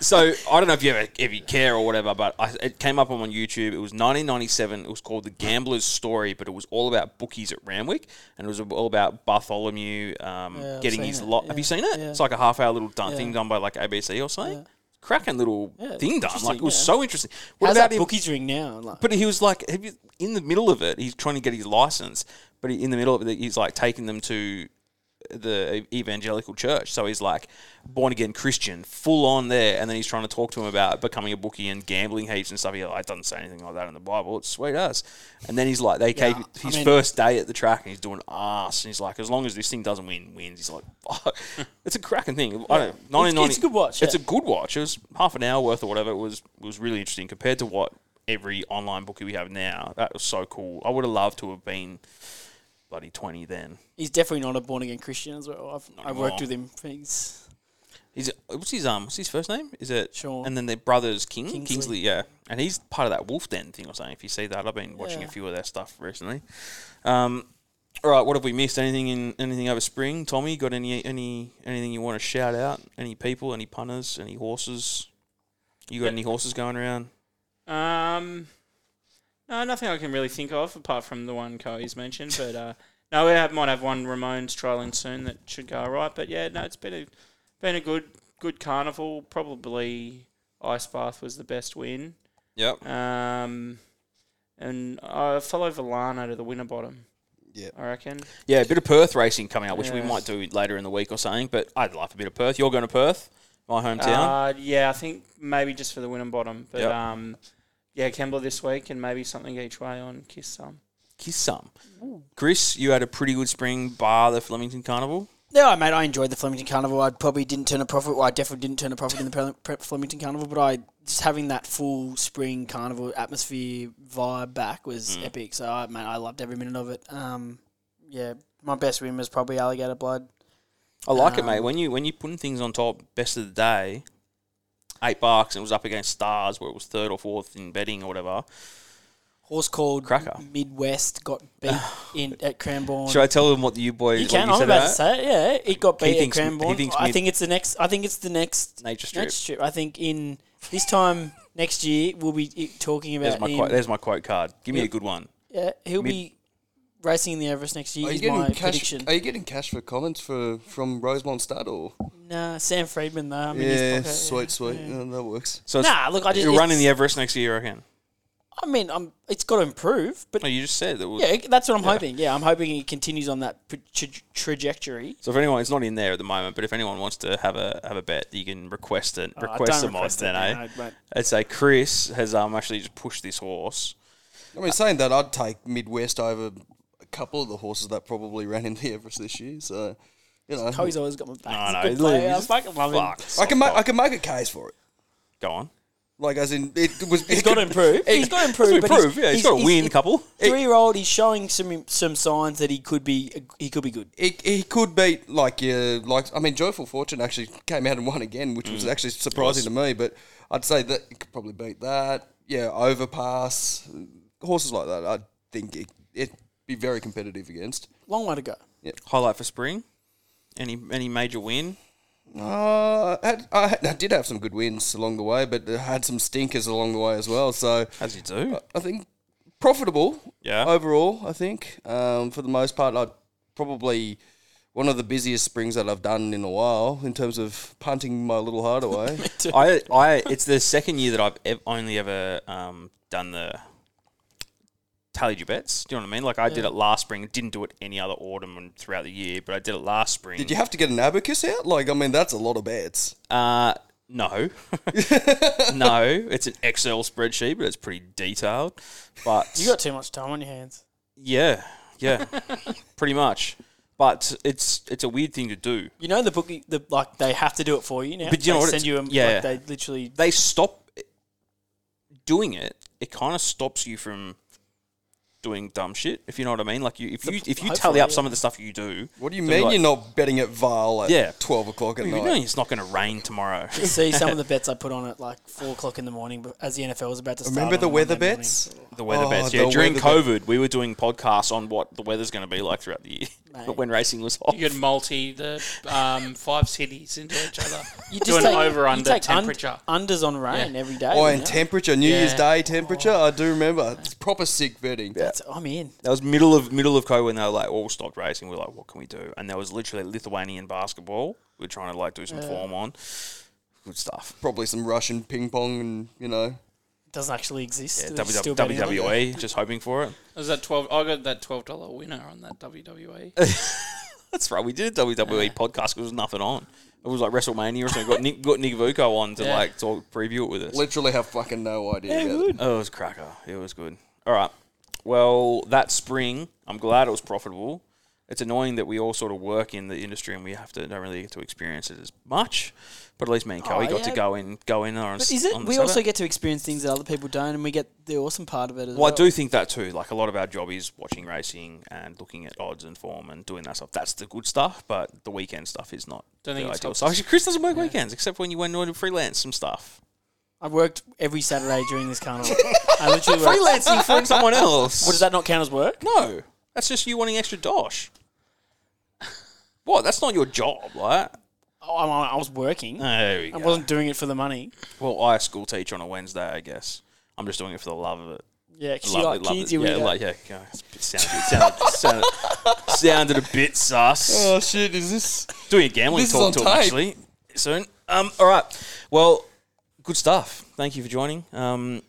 So I don't know if you ever, if you care or whatever, but I, it came up on YouTube. It was 1997. It was called The Gambler's Story, but it was all about bookies at Ramwick, and it was all about Bartholomew um, Yeah, I've getting seen his it, lot. yeah, Have you seen it? yeah. It's like a half-hour little done, Yeah. thing done by like ABC or something. Cracking little Yeah, thing done. interesting, Like it was yeah. so interesting. What How's about that him? bookies ring now? Like, But he was like, have you, in the middle of it, he's trying to get his license, but he, in the middle of it, he's like taking them to the e-, evangelical church. So he's like born again Christian, full on there, and then he's trying to talk to him about becoming a bookie and gambling heaps and stuff. He like doesn't say anything like that in the Bible. It's sweet ass. And then he's like, they gave I his mean- first day at the track, and he's doing ass, and he's like, as long as this thing doesn't win, wins. He's like, fuck, it's a cracking thing. I don't. 1990 it's a good watch, It's yeah. a good watch. It was half an hour worth or whatever. It was it was really interesting compared to what every online bookie we have now. That was so cool. I would have loved to have been bloody twenty then. He's definitely not a born again Christian as well. I've I anymore. worked with him. He's He's what's his um what's his first name? Is it Sean. And then their brothers King Kingsley. Kingsley, yeah. And he's part of that Wolf Den thing or something. If you see that, I've been watching Yeah. a few of their stuff recently. Um, all right, what have we missed? Anything in anything over spring? Tommy, got any any anything you want to shout out? Any people? Any punters? Any horses? You got any horses going around? Um, no, nothing I can really think of apart from the one Cody's mentioned. But uh, no, we have, might have one Ramones trial in soon that should go all right. But yeah, no, it's been a been a good good carnival. Probably Ice Bath was the best win. Yep. Um, and I follow Valana to the winner bottom. Yeah. I reckon. Yeah, a bit of Perth racing coming up, which we Yeah. might do later in the week or something. But I'd love a bit of Perth. You're going to Perth, my hometown. Uh, yeah, I think maybe just for the winner bottom. But Yep. um, yeah, Kembla this week and maybe something each way on Kiss Some. Kiss some. Chris, you had a pretty good spring bar the Flemington Carnival. no, mate. I enjoyed the Flemington Carnival. I probably didn't turn a profit. Well, I definitely didn't turn a profit in the Pre- Pre- Flemington Carnival. But I just having that full spring carnival atmosphere vibe back was Mm. epic. So, I, mate, I loved every minute of it. Um, yeah, my best win was probably Alligator Blood. I like it, Um, mate. When you when you putting things on top, best of the day, eight bucks, and it was up against Stars, where it was third or fourth in betting or whatever. Horse called Cracker. Midwest got beat in at Cranbourne. Should I tell them what you boys? You what can. I'm said about to about say it. Yeah, it got beat thinks- he at Cranbourne. thinks I mid- think it's the next. I think it's the next Nature Strip. Nature Strip. I think in this time next year we'll be i- talking about. There's my him. quote. There's my quote card. Give me a Yep. good one. yeah, he'll mid- be racing in the Everest next year. Are you Is getting my cash? prediction. Are you getting cash for comments for from Rosemont Stud or? nah, Sam Friedman though. i mean, he's Yeah, pocket, sweet, sweet. Yeah, that works. So it's- Nah, look, I just you're running it's- the Everest next year, I reckon. I mean, I'm. It's got to improve, but No, you just said that. we yeah, that's what I'm hoping. Yeah, I'm hoping it continues on that p- tra- trajectory. So if anyone, it's not in there at the moment, but if anyone wants to have a have a bet, you can request it. Oh, I Request don't a mod, request it, then, no, eh? no, mate. I'd say Chris has um actually just pushed this horse. I mean, saying that, I'd take Midwest over a couple of the horses that probably ran in the Everest this year. So, you know, Cody's always got my back. I He's a know, good look, player. I he's- fucking love him. Fuck, I soft can make I cock. can make a case for it. go on. Like as in, it was. He's got to improve. He's got to improve. He's but gotta improve, yeah, he's gotta win a couple. Three year old. He's showing some some signs that he could be he could be good. He, he could beat like yeah, like I mean, Joyful Fortune actually came out and won again, which was actually surprising to me. But I'd say that he could probably beat that. Yeah, Overpass, horses like that, I think it, it'd be very competitive against. Long way to go. Highlight for spring? Any any major win? Uh, I, had, I, had, I did have some good wins along the way, but I had some stinkers along the way as well. So As you do. I think profitable. Yeah. Overall, I think um, for the most part, I'd probably one of the busiest springs that I've done in a while in terms of punting my little heart away. I, I it's the second year that I've ev- only ever um, done the tallied your bets. Do you know what I mean? Like I did it last spring. Didn't do it any other autumn and throughout the year, but I did it last spring. did you have to get an abacus out? Like, I mean, that's a lot of bets. Uh, no, no. It's an Excel spreadsheet, but it's pretty detailed. But You got too much time on your hands. yeah, yeah, pretty much. But it's it's a weird thing to do. You know the book, the like they have to do it for you now. But you know they what it's- send you a, yeah. like, they literally They stop doing it. It kind of stops you from doing dumb shit. If you know what I mean. Like you, if you if you tally hopefully, up some yeah. of the stuff you do, What do you they'll be mean like, you're not betting at Vale at Yeah. 12 o'clock at "What are you night? doing? It's not going to rain tomorrow. see some of the bets I put on at like four o'clock in the morning, but as the NFL was about to start. Remember on the a weather Monday morning. bets? The weather Oh, bets. the Yeah, during weather COVID, we were doing podcasts on what the weather's going to be like throughout the year, Mate. but when racing was hot. You could multi the um, five cities into each other. You do an over you under take und- temperature. unders on rain Yeah. every day. Oh, you and know? temperature, New Year's Yeah. Day temperature. I do remember. It's proper sick betting. That's, I'm in. That was middle of middle of COVID when they were like all stopped racing. We are like, what can we do? And there was literally Lithuanian basketball. We were trying to like do some form on good stuff. Probably some Russian ping pong and, you know. Doesn't actually exist. Yeah, It's WW- still betting on it. WWE, E, just hoping for it. Was that twelve? I got that twelve dollar winner on that E. WWE. That's right. We did a WWE podcast. 'cause There was nothing on. It was like WrestleMania or something. Got Nick got Nick Vuko on to Yeah. like talk preview it with us. Literally have fucking no idea. about it. Oh, it was a cracker. It was good. All right. Well, that spring, I'm glad it was profitable. It's annoying that we all sort of work in the industry and we have to don't really get to experience it as much. But at least me and Kelly Oh, got to yeah. go in go in on. But is it? We also get to experience things that other people don't, and we get the awesome part of it as well. Well, I do think that too. Like a lot of our job is watching racing and looking at odds and form and doing that stuff. That's the good stuff, but the weekend stuff is not Don't the think it's ideal. helped So actually, Chris doesn't work weekends except when you went to freelance some stuff. I worked every Saturday during this carnival. I literally worked. Freelancing for someone else. What does that not count as work? No, that's just you wanting extra dosh. what? That's not your job, right? Oh, I, I was working. There we go. I wasn't doing it for the money. well, I school teach on a Wednesday, I guess. I'm just doing it for the love of it. Yeah, because you Love like it, love kids. it. You Yeah, like yeah. yeah. It's- It sounded, it sounded, it sounded, sounded a bit sus. Oh, shit, is this. doing a gambling This is talk on to tape. actually soon. Um, all right. Well, good stuff. Thank you for joining. Um,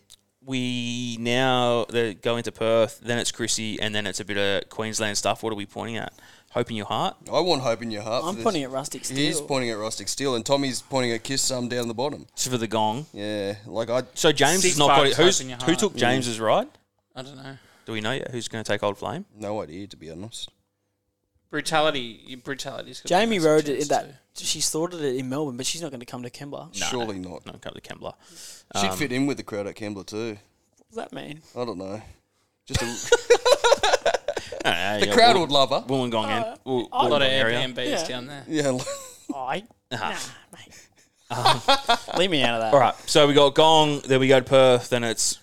we now they go into Perth, then it's Chrissy, and then it's a bit of Queensland stuff. What are we pointing at? Hope in your heart. I want hope in your heart. I'm for this. pointing at rustic steel. He's pointing at rustic steel, and Tommy's pointing at kiss some down the bottom. It's for the gong. Yeah, like I. So James Six has not got it. bucks, Who's, hope in your who heart. took James's ride? I don't know. Do we know yet? Who's going to take old flame? No idea, to be honest. Brutality. Brutality's. got the Jamie best rode it in chance that. too. She slaughtered it in Melbourne, but she's not going to come to Kembla. What Surely not. No, come to Kembla. Um, She'd fit in with the crowd at Kembla, too. does that mean? I don't know. Just a, The the crowd would love her. Wollongong and Uh, Woll- A lot Wollongong of area. Airbnbs Yeah. down there. Yeah, I nah, mate. Leave me out of that. All right, so we got Gong, then we go to Perth, then it's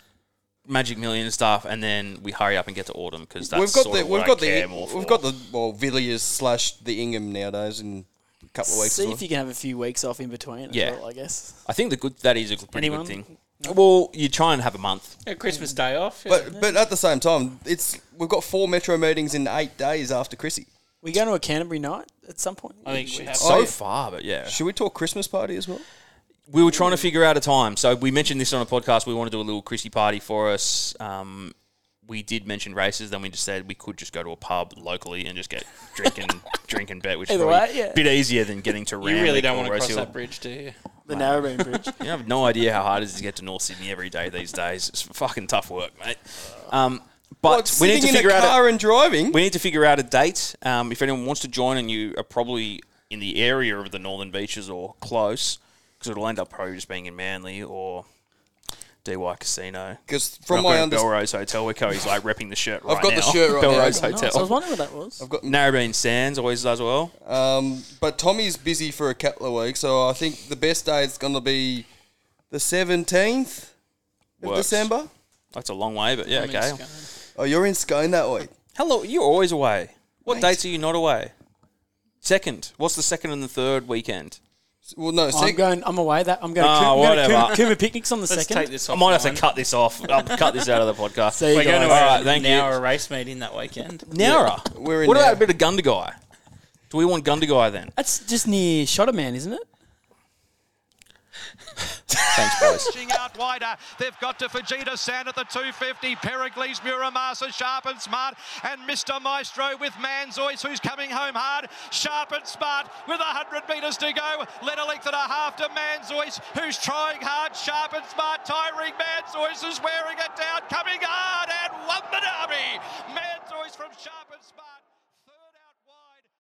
Magic Million stuff, and then we hurry up and get to Autumn because that's we've got sort the of what we've I got care the more for. we've got the well Villiers slash the Ingham nowadays in a couple of weeks. See as if you can have a few weeks off in between. As Yeah. well, I guess. I think the good that is a good- pretty Anyone? good thing. Well, you try and have a month. Yeah, Christmas Day off. yeah. well. But but at the same time, it's we've got four metro meetings in eight days after Chrissy. We going to a Canterbury night at some point. I think we have. So yeah. far, but yeah, Should we talk Christmas party as well? we were trying to figure out a time. So we mentioned this on a podcast. We want to do a little Chrissy party for us. Um, we did mention races, then we just said we could just go to a pub locally and just get drink and drink and bet, which is Either probably way, yeah. a bit easier than getting to. you really don't want want to cross that bridge, do you? the Narrabeen Bridge. You have no idea how hard it is to get to North Sydney every day these days. It's fucking tough work, mate. Um, but Like we need sitting to in a figure out. car and driving. we need to figure out a date. Um, if anyone wants to join and you are probably in the area of the Northern Beaches or close, because it'll end up probably just being in Manly or DY Casino. Because We're from not my going to understanding, Belrose Hotel, where Cody's like repping the shirt right got now. the shirt right now. Belrose Oh, Nice. I was Hotel. wondering what that was. I've got Narrabeen Sands always does well. um, but Tommy's busy for a couple of weeks, so I think the best day is going to be the seventeenth of Works. December. That's a long way, but yeah, I'm in okay. Scone. Oh, you're in Scone that week. Hello, you're always away. What Mate. dates are you not away? Second. What's the second and the third weekend? Well, no, I'm sec- going. I'm away. That I'm going. Oh, to Cooma, I'm going to whatever. Cooma, Cooma picnics on the Ah, Let's second. take this I off. might have to cut this off. I'll cut this out of the podcast. See you We're guys. going to All right, thank an you. hour race meeting that weekend. Nowra. We're in what about Nowra. a bit of Gundagai? Do we want Gundagai then? That's just near Shotterman, isn't it? Thanks, boys. Pushing out wider. They've got to Fujita Sand at the 250. Pericles, Muramasa, Sharp and Smart. And Mr. Maestro with Manzois, who's coming home hard. Sharp and Smart with 100 metres to go. Let a length and a half to Manzois, who's trying hard. Sharp and Smart. Tyreek Manzois is wearing it down. Coming hard and won the derby. Manzois from Sharp and Smart.